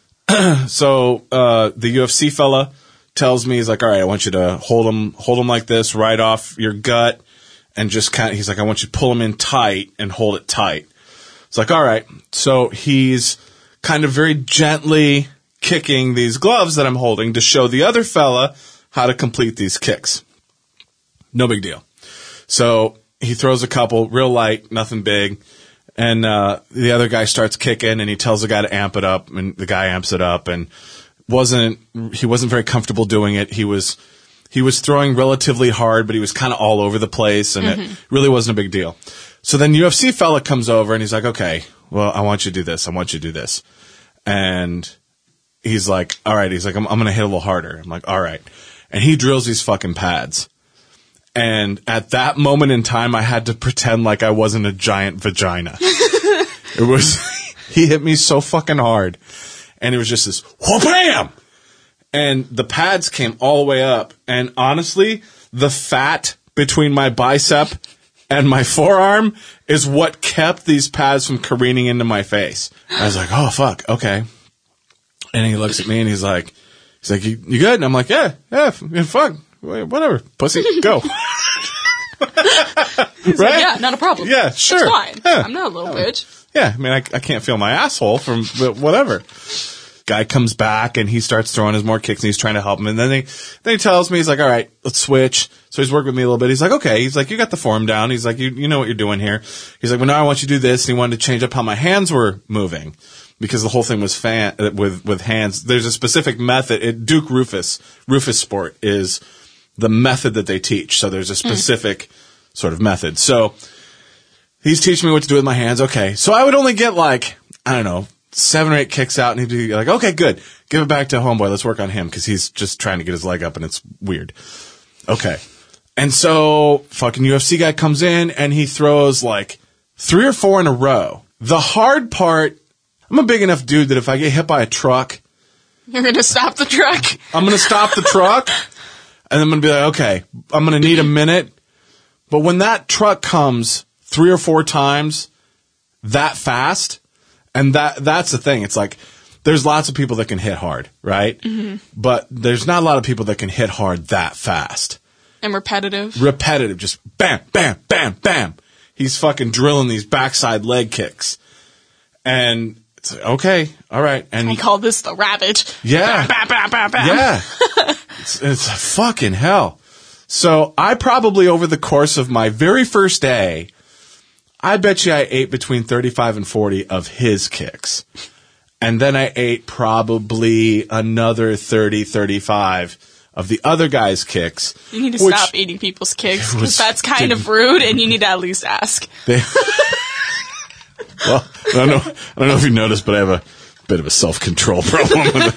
F: so uh, the UFC fella tells me he's like, all right, I want you to hold him, hold him like this, right off your gut, and just kind of. He's like, I want you to pull him in tight and hold it tight. It's like, all right. So he's kind of very gently kicking these gloves that I'm holding to show the other fella how to complete these kicks. No big deal. So he throws a couple, real light, nothing big. And uh, the other guy starts kicking, and he tells the guy to amp it up, and the guy amps it up, and wasn't he wasn't very comfortable doing it. He was he was throwing relatively hard, but he was kind of all over the place, and it really wasn't a big deal. So then UFC fella comes over, and he's like, "Okay, well, I want you to do this. I want you to do this," and he's like, "All right." He's like, "I'm, I'm going to hit a little harder." I'm like, "All right," and he drills these fucking pads And at that moment in time, I had to pretend like I wasn't a giant vagina. it was, [LAUGHS] he hit me so fucking hard. And it was just this, wham! And the pads came all the way up. And honestly, the fat between my bicep and my forearm is what kept these pads from careening into my face. I was like, oh, fuck, okay. And he looks at me and he's like, he's like, you, you good? And I'm like, yeah, yeah, f- yeah, fuck, Wha- whatever, pussy, go. [LAUGHS] right?
E: Yeah, not a problem.
F: Yeah, sure.
E: It's fine.
F: Yeah.
E: I'm not a little bitch.
F: Yeah, I mean, I, I can't feel my asshole from but whatever. Guy comes back and he starts throwing his more kicks and he's trying to help him. And then they, then he tells me, he's like, all right, let's switch. So he's working with me a little bit. He's like, okay. He's like, you got the form down. He's like, you, you know what you're doing here. He's like, well, now I want you to do this. And he wanted to change up how my hands were moving because the whole thing was fan, uh, with, with hands. There's a specific method. It, Duke Rufus, Rufus sport is the method that they teach. So there's a specific sort of method. So, he's teaching me what to do with my hands. Okay. So I would only get like, I don't know, seven or eight kicks out and he'd be like, okay, good. Give it back to homeboy. Let's work on him because he's just trying to get his leg up and it's weird. Okay. And so fucking UFC guy comes in and he throws like three or four in a row. The hard part, I'm a big enough dude that if I get hit by a truck,
E: You're gonna stop the truck.
F: I'm gonna stop the truck, and I'm gonna be like, okay, I'm gonna need a minute. But when that truck comes three or four times that fast, and that that's the thing. It's like there's lots of people that can hit hard, right? But there's not a lot of people that can hit hard that fast
E: And repetitive.
F: repetitive, just bam, bam, bam, bam. He's fucking drilling these backside leg kicks, and it's like, okay, all right, and
E: I call this the rabbit.
F: yeah,
E: Bah, bah, bah, bah. [LAUGHS]
F: yeah. it's, it's a fucking hell. So I probably over the course of my very first day, I bet you I ate between 35 and 40 of his kicks. And then I ate probably another 30, 35 of the other guy's kicks.
E: You need to
F: which-
E: stop eating people's kicks
F: It was
E: because that's kind of rude, and you need to at least ask.
F: They- [LAUGHS] well, I don't know. I don't know if you noticed, but I have a bit of a self control [LAUGHS] problem.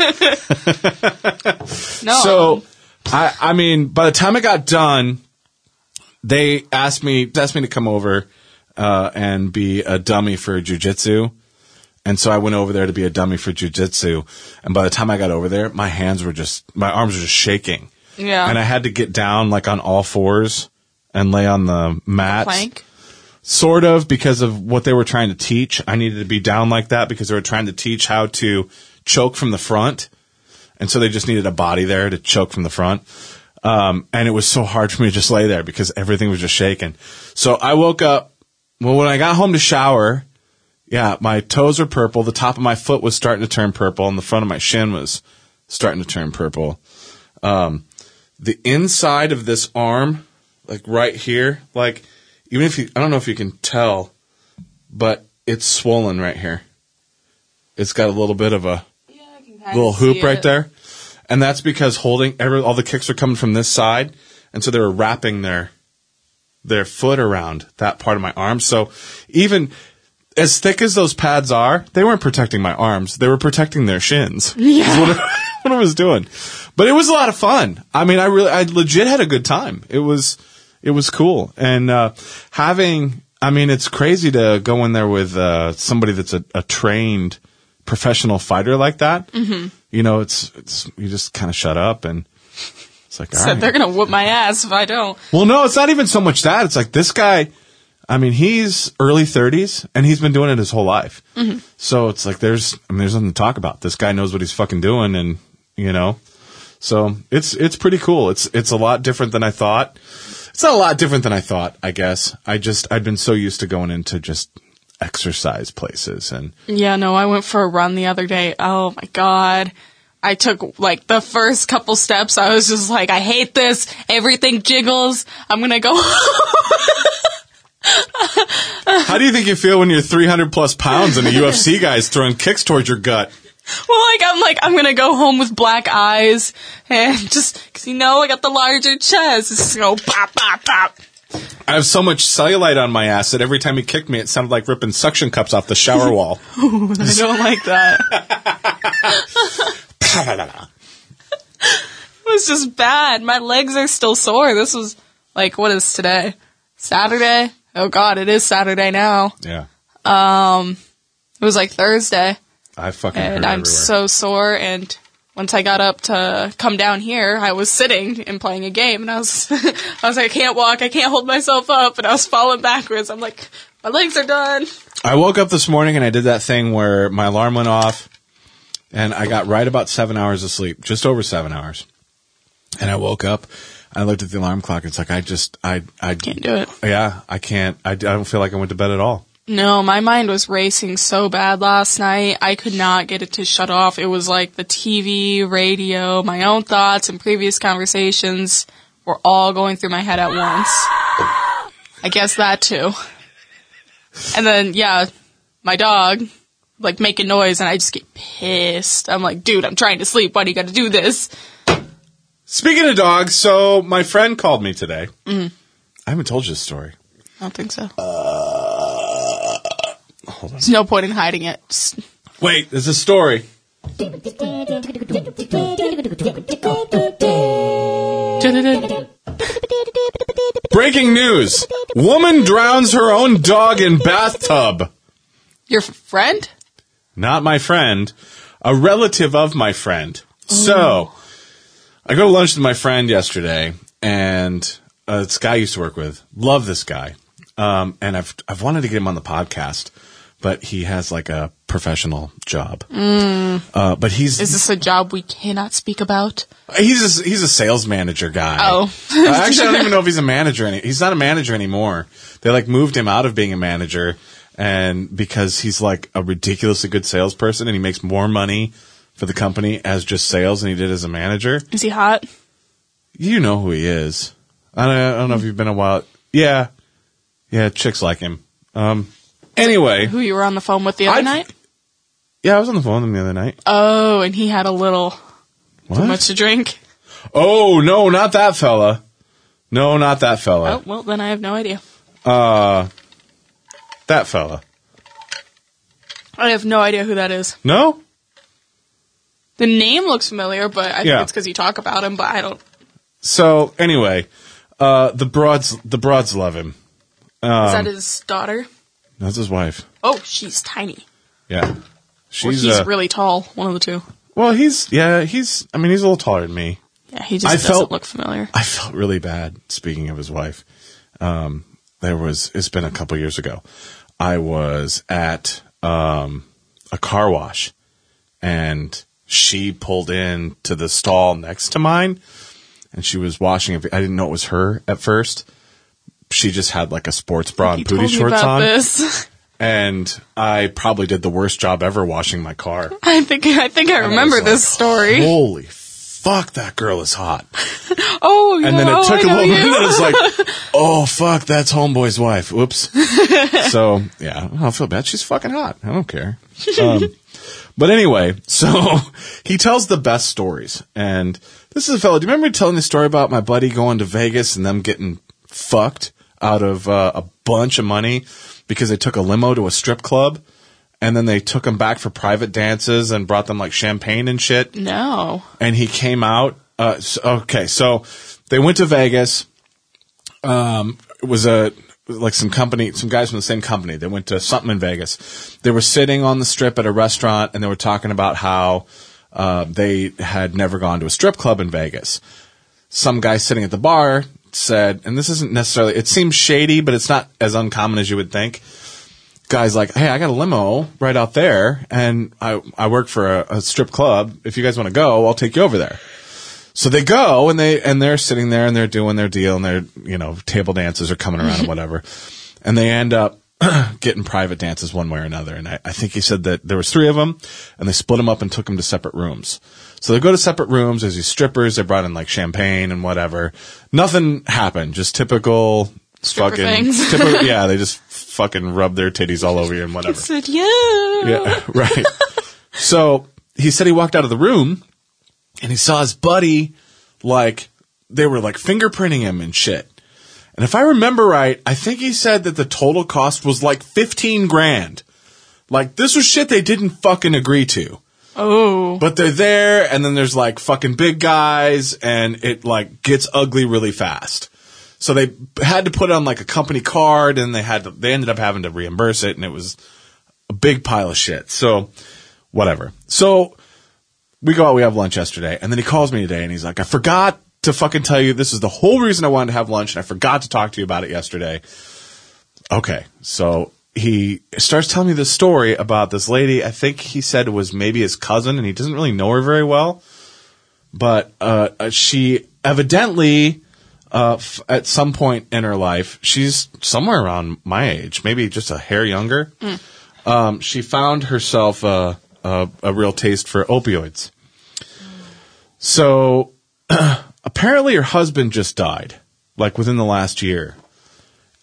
E: No.
F: so, I, I mean, by the time I got done, they asked me asked me to come over uh, and be a dummy for jujitsu. And so I went over there to be a dummy for jujitsu. And by the time I got over there, my hands were just, my arms were just shaking.
E: yeah.
F: And I had to get down like on all fours and lay on the mat
E: Plank.
F: sort of because of what they were trying to teach. I needed to be down like that because they were trying to teach how to choke from the front. And so they just needed a body there to choke from the front. Um, and it was so hard for me to just lay there because everything was just shaking. So I woke up. Well, when I got home to shower, yeah, my toes were purple. The top of my foot was starting to turn purple and the front of my shin was starting to turn purple. Um, the inside of this arm, like right here, like even if you, I don't know if you can tell, but it's swollen right here. It's got a little bit of a little hoop right there. And that's because holding every, all the kicks are coming from this side. And so they were wrapping their, their foot around that part of my arm. So even as thick as those pads are, they weren't protecting my arms. They were protecting their shins. Yeah. What, I- what I was doing. But it was a lot of fun. I mean, I really, I legit had a good time. It was, it was cool. And, uh, having, I mean, it's crazy to go in there with, uh, somebody that's a, a trained professional fighter like that. Mm-hmm. You know, it's, it's, you just kind of shut up and it's like, all
E: Said
F: right.
E: they're gonna whoop my ass if I don't.
F: Well, no, it's not even so much that. It's like this guy. I mean, he's early 30s and he's been doing it his whole life. So it's like there's I mean, there's nothing to talk about. This guy knows what he's fucking doing, and you know, so it's it's pretty cool. It's it's a lot different than I thought. It's not a lot different than I thought. I guess I just I'd been so used to going into just exercise places and
E: Yeah, no, I went for a run the other day. Oh my god. I took like the first couple steps. I was just like, I hate this. Everything jiggles. I'm gonna go. [LAUGHS]
F: how do you think you feel when you're 300 plus pounds and a UFC guy's throwing kicks towards your gut?
E: well, like I'm like I'm gonna go home with black eyes and [LAUGHS] just because you know I got the larger chest. It's just go pop, pop, pop.
F: I have so much cellulite on my ass that every time he kicked me, it sounded like ripping suction cups off the shower wall.
E: [LAUGHS] I don't like [LAUGHS] that. it was just bad. My legs are still sore. This was Like, what is today? Saturday? Oh God, it is Saturday now.
F: Yeah.
E: It was like Thursday,
F: I fucking
E: and
F: heard
E: I'm
F: everywhere.
E: so sore. And once I got up to come down here, I was sitting and playing a game, and I was, [LAUGHS] I was like, I can't walk, I can't hold myself up, and I was falling backwards. I'm like, my legs are done.
F: I woke up this morning and I did that thing where my alarm went off and I got right about seven hours of sleep, just over seven hours. And I woke up, I looked at the alarm clock. It's like, I just, I, I,
E: Can't do it.
F: yeah, I can't, I, I don't feel like I went to bed at all.
E: No, my mind was racing so bad last night. I could not get it to shut off. It was like the TV, radio, my own thoughts, and previous conversations were all going through my head at once. I guess that too. And then, yeah, my dog, like making noise, and I just get pissed. I'm like, dude, I'm trying to sleep. Why do you gotta do this?
F: Speaking of dogs, so my friend called me today.
E: Mm-hmm.
F: I haven't told you this story.
E: I don't think so. There's no point in hiding it. Just-
F: Wait, there's a story. Breaking news. Woman drowns her own dog in bathtub.
E: [LAUGHS] Your friend?
F: not my friend, a relative of my friend. So I go to lunch with my friend yesterday, and uh, this guy I used to work with, love this guy, um, and I've I've wanted to get him on the podcast, but he has like a professional job. Uh, but he's
E: Is this a job we cannot speak about?
F: he's a, he's a sales manager guy.
E: Oh.
F: Uh, actually, I don't even know if he's a manager. Any- he's not a manager anymore. They like moved him out of being a manager, and because he's like a ridiculously good salesperson, and he makes more money for the company as just sales than he did as a manager.
E: Is he hot?
F: You know who he is. I don't, I don't know if you've been a while. Yeah, yeah, chicks like him. Um. Anyway,
E: Who you were on the phone with the other
F: I've-
E: night?
F: yeah, I was on the phone with him the other night.
E: Oh, and he had a little
F: What?
E: much to drink.
F: Oh no, not that fella. No, not that fella.
E: Oh well, then I have no idea.
F: Uh, That fella.
E: I have no idea who that is.
F: No?
E: The name looks familiar, but I think
F: Yeah.
E: it's because you talk about him. But I don't.
F: So anyway, uh, the broads the broads love him.
E: is
F: Um,
E: that his daughter?
F: That's his wife.
E: Oh, she's tiny.
F: Yeah,
E: Or
F: she's
E: he's
F: uh,
E: really tall. One of the two.
F: well. He's yeah. He's I mean he's a little taller than me.
E: Yeah, he just
F: I
E: doesn't
F: felt-
E: look familiar.
F: I felt really bad. Speaking of his wife, um, there was it's been a couple years ago. I was at um, a car wash, and she pulled in to the stall next to mine, and she was washing. a ve- I didn't know it was her at first. She just had like a sports bra
E: You
F: and
E: told
F: booty
E: me
F: shorts
E: about
F: on.
E: this. [LAUGHS]
F: and I probably did the worst job ever washing my car.
E: I think I think I remember
F: And I was
E: this
F: like,
E: story.
F: Holy fuck, that girl is hot.
E: oh,
F: And then
E: yeah,
F: it
E: oh,
F: took
E: I
F: a
E: know
F: moment,
E: you.
F: [LAUGHS] and then it's like,
E: [LAUGHS]
F: oh fuck, that's homeboy's wife. Whoops. so yeah, I don't feel bad. She's fucking hot. I don't care.
E: [LAUGHS]
F: Um, but anyway, so [LAUGHS] he tells the best stories, and this is a fellow. Do you remember me telling the story about my buddy going to Vegas and them getting fucked out of uh, a bunch of money because they took a limo to a strip club, and then they took them back for private dances and brought them like champagne and shit
E: No.
F: and he came out. Uh, s okay, so they went to Vegas. Um, it was a like some company, some guys from the same company. They went to something in Vegas. They were sitting on the strip at a restaurant, and they were talking about how uh, they had never gone to a strip club in Vegas. Some guy sitting at the bar said, and this isn't necessarily. It seems shady, but it's not as uncommon as you would think guy's like, "Hey, I got a limo right out there, and I I work for a, a strip club. If you guys want to go, I'll take you over there." So they go and they and they're sitting there and they're doing their deal and their you know table dances are coming
E: [LAUGHS]
F: around and whatever, and they end up [CLEARS THROAT] getting private dances one way or another. And I, I think he said that there was three of them, and they split them up and took them to separate rooms. So they go to separate rooms. There's these strippers. They brought in like champagne and whatever. Nothing happened. Just typical
E: Stripper
F: fucking
E: things.
F: typical, yeah. They just fucking rub their titties all over you and whatever.
E: Said yeah.
F: [LAUGHS] Yeah, right. so he said he walked out of the room and he saw his buddy, like, they were like fingerprinting him and shit. And if I remember right, I think he said that the total cost was like 15 grand. Like, this was shit they didn't fucking agree to.
E: Oh.
F: But they're there, and then there's like fucking big guys, and it like gets ugly really fast. So they had to put it on like a company card, and they had to, they ended up having to reimburse it, and it was a big pile of shit. So whatever. So we go out, we have lunch yesterday, and then he calls me today and he's like, I forgot to fucking tell you this is the whole reason I wanted to have lunch, and I forgot to talk to you about it yesterday. Okay, so he starts telling me this story about this lady, I think he said was maybe his cousin, and he doesn't really know her very well. But uh, uh, she evidently, uh, f- at some point in her life, she's somewhere around my age, maybe just a hair younger. Um, she found herself a, a, a real taste for opioids. So [CLEARS THROAT] apparently her husband just died, like within the last year.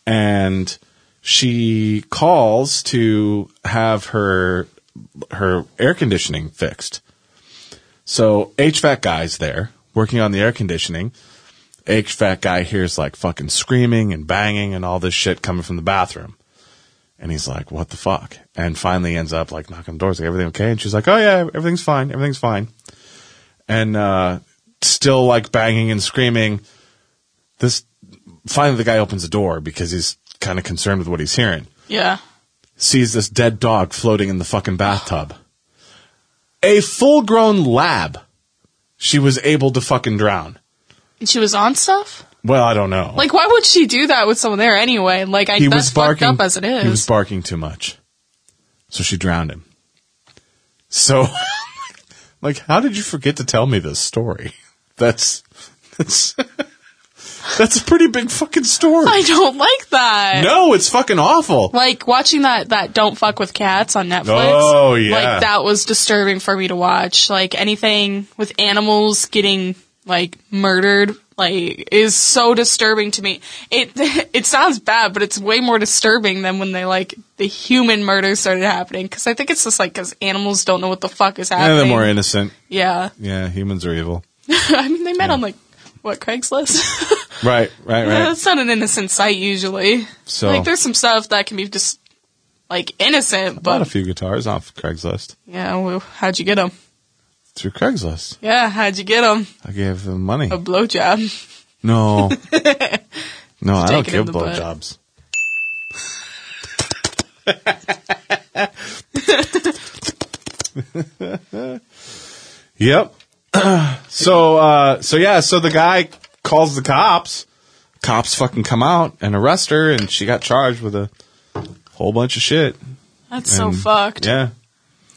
F: And she calls to have her her air conditioning fixed. So HVAC guy's there working on the air conditioning. HVAC guy hears like fucking screaming and banging and all this shit coming from the bathroom. And he's like, what the fuck? And finally ends up like knocking on the doors, like everything okay? And she's like, oh yeah, everything's fine. Everything's fine. And, uh, still like banging and screaming. This finally the guy opens the door because he's kind of concerned with what he's hearing
E: Yeah.
F: sees this dead dog floating in the fucking bathtub. A full grown lab. She was able to fucking drown.
E: And she was on stuff?
F: Well, I don't know.
E: Like, why would she do that with someone there anyway? Like, I, that's fucked up as it is.
F: He was barking too much. So she drowned him. So [LAUGHS] like how did you forget to tell me this story? That's that's that's a pretty big fucking story.
E: I don't like that.
F: no, it's fucking awful.
E: Like watching that that don't fuck with cats on Netflix.
F: Oh, yeah.
E: Like that was disturbing for me to watch. Like anything with animals getting like murdered like is so disturbing to me. It [LAUGHS] it sounds bad, but it's way more disturbing than when they like the human murder started happening cuz I think it's just like cuz animals don't know what the fuck is
F: And
E: happening.
F: they're more innocent.
E: yeah.
F: Yeah, humans are evil.
E: I mean they met on like what Craigslist?
F: Right, right,
E: Yeah,
F: right.
E: [LAUGHS] that's not an innocent sight usually.
F: So-
E: like, there's some stuff that can be just like innocent,
F: Bought a
E: but
F: few guitars off Craigslist.
E: yeah. Well, how'd you get them?
F: Through Craigslist.
E: Yeah, how'd you get them?
F: I gave them money.
E: A blowjob. [LAUGHS]
F: No. no, I don't
E: take it
F: give
E: in the butt.
F: blowjobs. yep. [CLEARS THROAT] so uh so yeah, so the guy calls the cops. Cops fucking come out and arrest her and she got charged with a whole bunch of shit.
E: That's so
F: And-
E: fucked.
F: Yeah.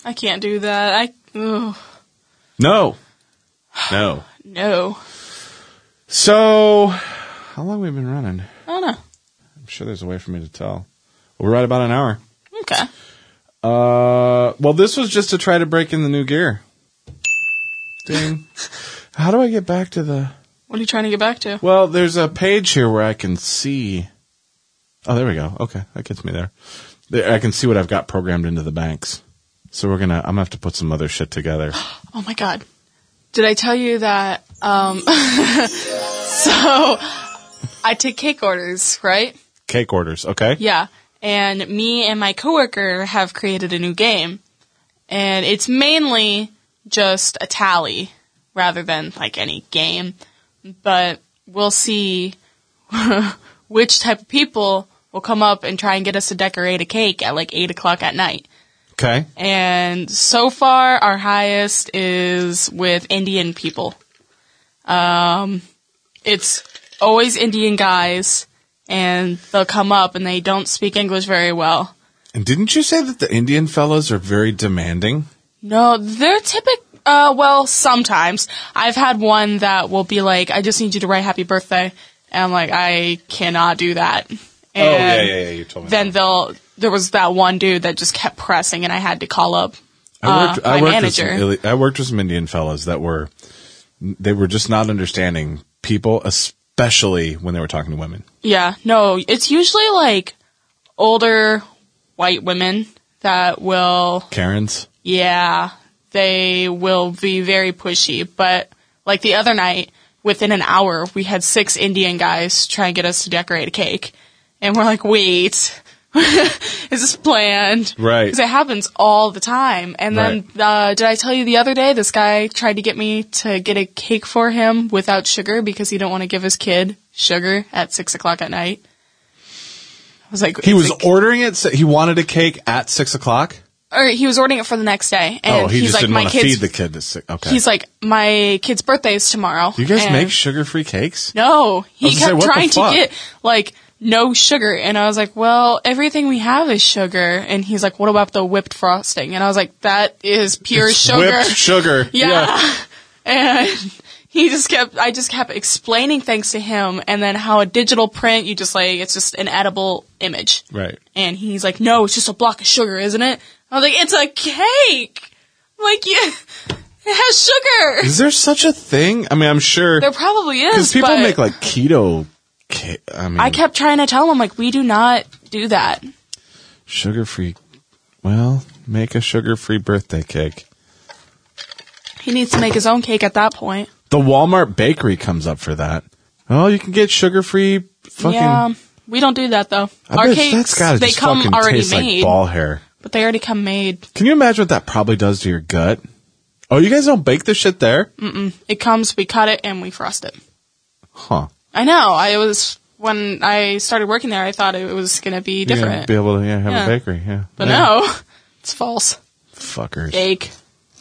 E: I can't do that. I oh, ugh,
F: No. No.
E: no.
F: [SIGHS] So how long we been running?
E: I don't know.
F: I'm sure there's a way for me to tell. We're right about an hour.
E: Okay.
F: Uh, well, this was just to try to break in the new gear. Ding. How do I get back to the?
E: What are you trying to get back to?
F: Well, there's a page here where I can see. Oh, there we go. Okay, that gets me there. there I can see what I've got programmed into the banks. So we're gonna. I'm gonna have to put some other shit together.
E: Oh my god. Did I tell you that? Um, [LAUGHS] so I take cake orders, right?
F: Cake orders. Okay.
E: Yeah. And me and my coworker have created a new game. And it's mainly just a tally rather than like any game. But we'll see [LAUGHS] which type of people will come up and try and get us to decorate a cake at like 8 o'clock at night.
F: Okay.
E: And so far, our highest is with Indian people. Um, it's always Indian guys, and they'll come up and they don't speak English very well.
F: And didn't you say that the Indian fellas are very demanding?
E: No, they're typical. Uh, well, sometimes I've had one that will be like, "I just need you to write Happy Birthday," and I'm like, "I cannot do that." And
F: Oh, You told me.
E: Then they'll. There was that one dude that just kept pressing, and I had to call up
F: I worked,
E: uh,
F: I
E: my
F: worked
E: manager.
F: With some, Ili- I worked with some Indian fellas that were, they were just not understanding people, especially when they were talking to women.
E: Yeah, no, it's usually like older white women that will,
F: Karens.
E: yeah, they will be very pushy. But like the other night, within an hour, we had six Indian guys try and get us to decorate a cake. And we're like, wait, [LAUGHS] is this planned?
F: Right.
E: Because it happens all the time. And then, uh, did I tell you the other day, this guy tried to get me to get a cake for him without sugar because he didn't want to give his kid sugar at six o'clock at night. I was like,
F: He
E: it's
F: was
E: like-
F: ordering it. So he wanted a cake at six o'clock.
E: or he was ordering it for the next day, and
F: oh, he
E: he's
F: just
E: like,
F: didn't
E: my
F: want to feed
E: kids.
F: the kid at six. Okay.
E: He's like, my kid's birthday is tomorrow.
F: Do you guys
E: and-
F: make sugar-free cakes?
E: No,
F: I
E: he
F: was gonna
E: kept
F: say, what the
E: trying to
F: fuck?
E: get like no sugar, and I was like, "Well, everything we have is sugar." And he's like, "What about the whipped frosting?" And I was like, "That is pure sugar."
F: Whipped sugar.
E: [LAUGHS] yeah. and he just kept. I just kept explaining things to him, and then how a digital print, you just like it's just an edible image.
F: Right.
E: And he's like, "No, it's just a block of sugar, isn't it?" I was like, "It's a cake." I'm like, yeah, [LAUGHS] it has sugar.
F: Is there such a thing? I mean, I'm sure
E: There probably
F: because
E: is.
F: people
E: but-
F: make like keto. Ca- I mean,
E: I kept trying to tell him like we do not do that.
F: sugar-free. Well, make a sugar-free birthday cake.
E: He needs to make his own cake at that point.
F: The Walmart bakery comes up for that. Oh, you can get sugar-free fucking.
E: yeah, we don't do that though.
F: I
E: Our
F: bet
E: cakes
F: that's gotta
E: they
F: just
E: come
F: fucking
E: already
F: taste
E: made,
F: like ball hair.
E: but they already come made.
F: Can you imagine what that probably does to your gut? Oh, you guys don't bake this shit there?
E: Mm. It comes, we cut it, and we frost it.
F: Huh.
E: I know. I was when I started working there, I thought it was gonna be
F: You're gonna
E: different,
F: be able to yeah, have
E: Yeah.
F: a bakery, yeah.
E: but
F: Yeah.
E: no, [LAUGHS] it's false.
F: Fuckers.
E: Fake.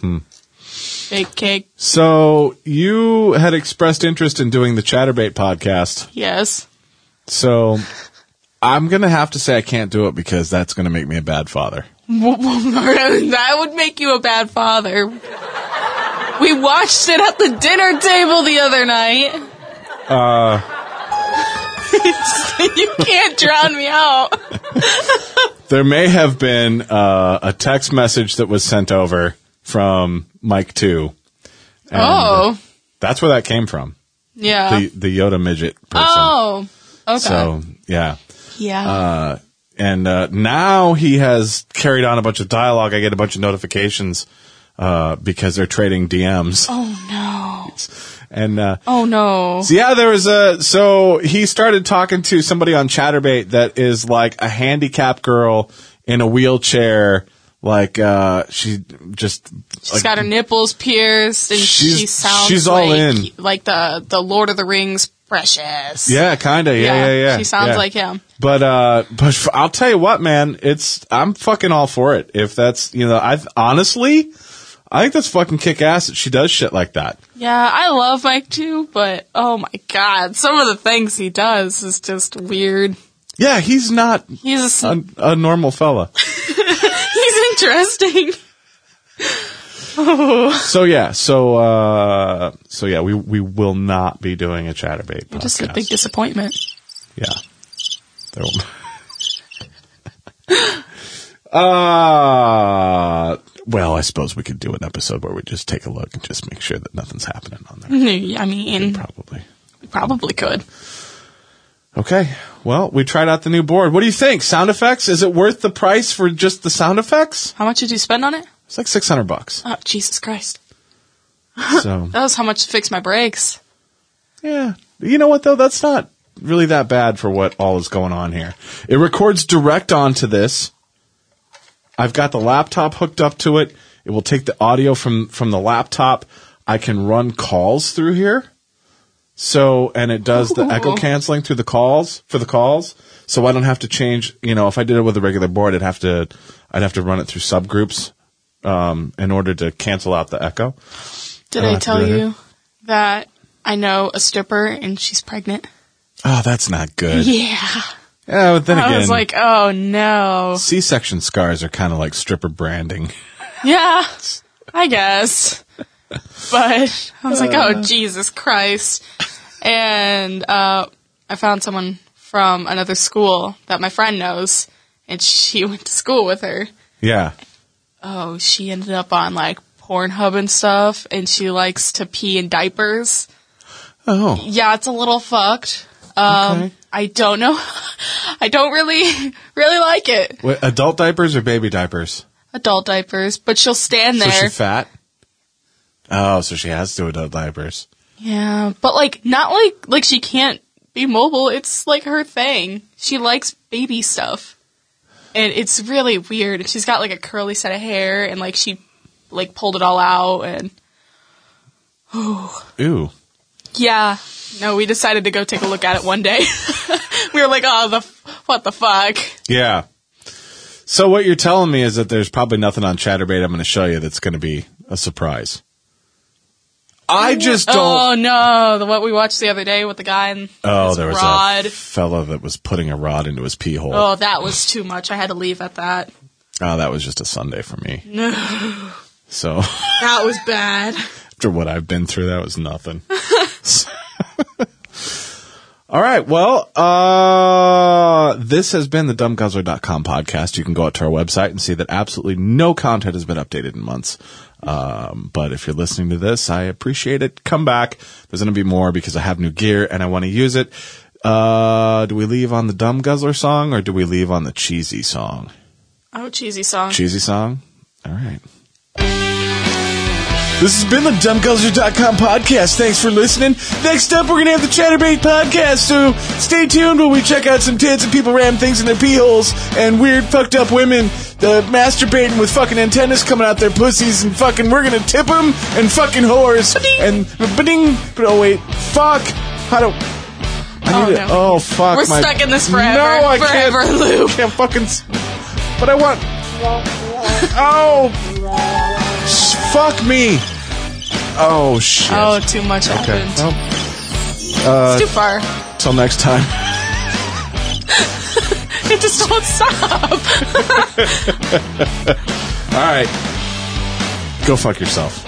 F: Hmm.
E: Fake cake.
F: So you had expressed interest in doing the Chatterbait podcast.
E: Yes.
F: So I'm gonna have to say I can't do it because that's gonna make me a bad father.
E: [LAUGHS] that would make you a bad father. We watched it at the dinner table the other night. Uh. [LAUGHS] you can't drown me out.
F: There may have been uh, a text message that was sent over from Mike Two. [LAUGHS] And uh,
E: Oh,
F: that's where that came from.
E: yeah.
F: The the Yoda midget person.
E: Uh. oh, okay.
F: So yeah.
E: yeah.
F: and uh, now he has carried on a bunch of dialogue. I get a bunch of notifications uh, because they're trading DMs,
E: oh no.
F: [LAUGHS] and uh,
E: Oh no.
F: so yeah, there was a so he started talking to somebody on ChatterBait that is like a handicapped girl in a wheelchair. Like uh, she just
E: She's
F: like,
E: got her nipples pierced, and she
F: She's-
E: sounds
F: she's all
E: like,
F: in.
E: like the the Lord of the Rings precious.
F: yeah, kind of yeah, yeah, yeah,
E: She sounds
F: yeah.
E: like him.
F: But uh, but I'll tell you what, man, it's I'm fucking all for it. If that's you know, I honestly, I think that's fucking kick ass that she does shit like that.
E: Yeah, I love Mike too, but oh my god, some of the things he does is just weird.
F: Yeah, he's not
E: He's
F: a, a normal
E: [LAUGHS]
F: fella.
E: he's [LAUGHS] interesting.
F: So yeah, so uh, so yeah, we we will not be doing a chatterbait. Podcast.
E: Just a big disappointment. [LAUGHS]
F: yeah. There will- [LAUGHS] uh well, I suppose we could do an episode where we just take a look and just make sure that nothing's happening on there.
E: I mean,
F: Probably.
E: we probably could.
F: Okay. Well, we tried out the new board. What do you think? Sound effects? Is it worth the price for just the sound effects?
E: How much did you spend on it?
F: It's like six hundred
E: [LAUGHS]
F: bucks.
E: Oh, Jesus Christ.
F: So
E: That was how much to fix my brakes.
F: Yeah. You know what though? That's not really that bad for what all is going on here. It records direct onto this. I've got the laptop hooked up to it. It will take the audio from from the laptop. I can run calls through here. So, and it does the
E: Ooh.
F: echo canceling through the calls for the calls. So I don't have to change, you know, if I did it with a regular board, I'd have to I'd have to run it through subgroups um in order to cancel out the echo.
E: Did
F: I'll
E: I
F: have to
E: tell
F: do that.
E: you that I know a stripper and she's pregnant?
F: Oh, that's not good. Yeah,
E: Yeah.
F: but then again,
E: I was like, oh no.
F: C-section scars are kind of like stripper branding. [LAUGHS]
E: Yeah, I guess. But I was like, oh, Jesus Christ. And uh, I found someone from another school that my friend knows, and she [LAUGHS] went to school with her.
F: Yeah.
E: Oh, she ended up on like Pornhub and stuff, and she likes to pee in diapers.
F: Oh.
E: Yeah, it's a little fucked. Um,
F: Okay.
E: I don't know. [LAUGHS] I don't really, [LAUGHS] really like it.
F: Wait, adult diapers or baby diapers?
E: Adult diapers, but she'll stand
F: So
E: there.
F: she fat? Oh, so she has to adult diapers.
E: Yeah, but like not like like she can't be mobile. It's like her thing. She likes baby stuff. And it's really weird. She's got like a curly set of hair and like she like pulled it all out and
F: Ooh.
E: yeah. No, we decided to go take a look at it one day. [LAUGHS] we were like, oh, the f- what the fuck?
F: Yeah. So what you're telling me is that there's probably nothing on Chatterbait I'm going to show you that's going to be a surprise. I just don't.
E: Oh no, the what we watched the other day with the guy and
F: Oh,
E: his
F: there was
E: rod.
F: a fella that was putting a rod into his pee hole. Oh.
E: Oh, that was too much. I had to leave at that. [SIGHS]
F: that was just a Sunday for me. No. So [LAUGHS]
E: That was bad.
F: after what I've been through, that was nothing. [LAUGHS] All right. Well, uh, this has been the dumbguzzler.com podcast. You can go out to our website and see that absolutely no content has been updated in months. Um, but if you're listening to this, I appreciate it. Come back. There's going to be more because I have new gear and I want to use it. Uh, do we leave on the dumb guzzler song or do we leave on the cheesy song?
E: Oh, cheesy song.
F: cheesy song. All right. This has been the dumbguzzler.com podcast. Thanks for listening. Next up, we're going to have the Chatterbait podcast, so stay tuned while we check out some tits and people ram things in their pee holes and weird fucked up women uh, masturbating with fucking antennas coming out their pussies and fucking we're going to tip them and fucking whores and ba-ding. But oh wait, fuck. How do I
E: Oh,
F: need
E: no.
F: to, oh fuck.
E: We're
F: my-
E: stuck in this forever.
F: No, I
E: forever
F: can't.
E: loop.
F: I can't fucking. s- But I want. Oh, s- fuck me. Oh shit.
E: Oh, too much
F: okay.
E: happened.
F: Well,
E: it's too far. [LAUGHS]
F: till next time.
E: It just won't stop.
F: All right. Go fuck yourself.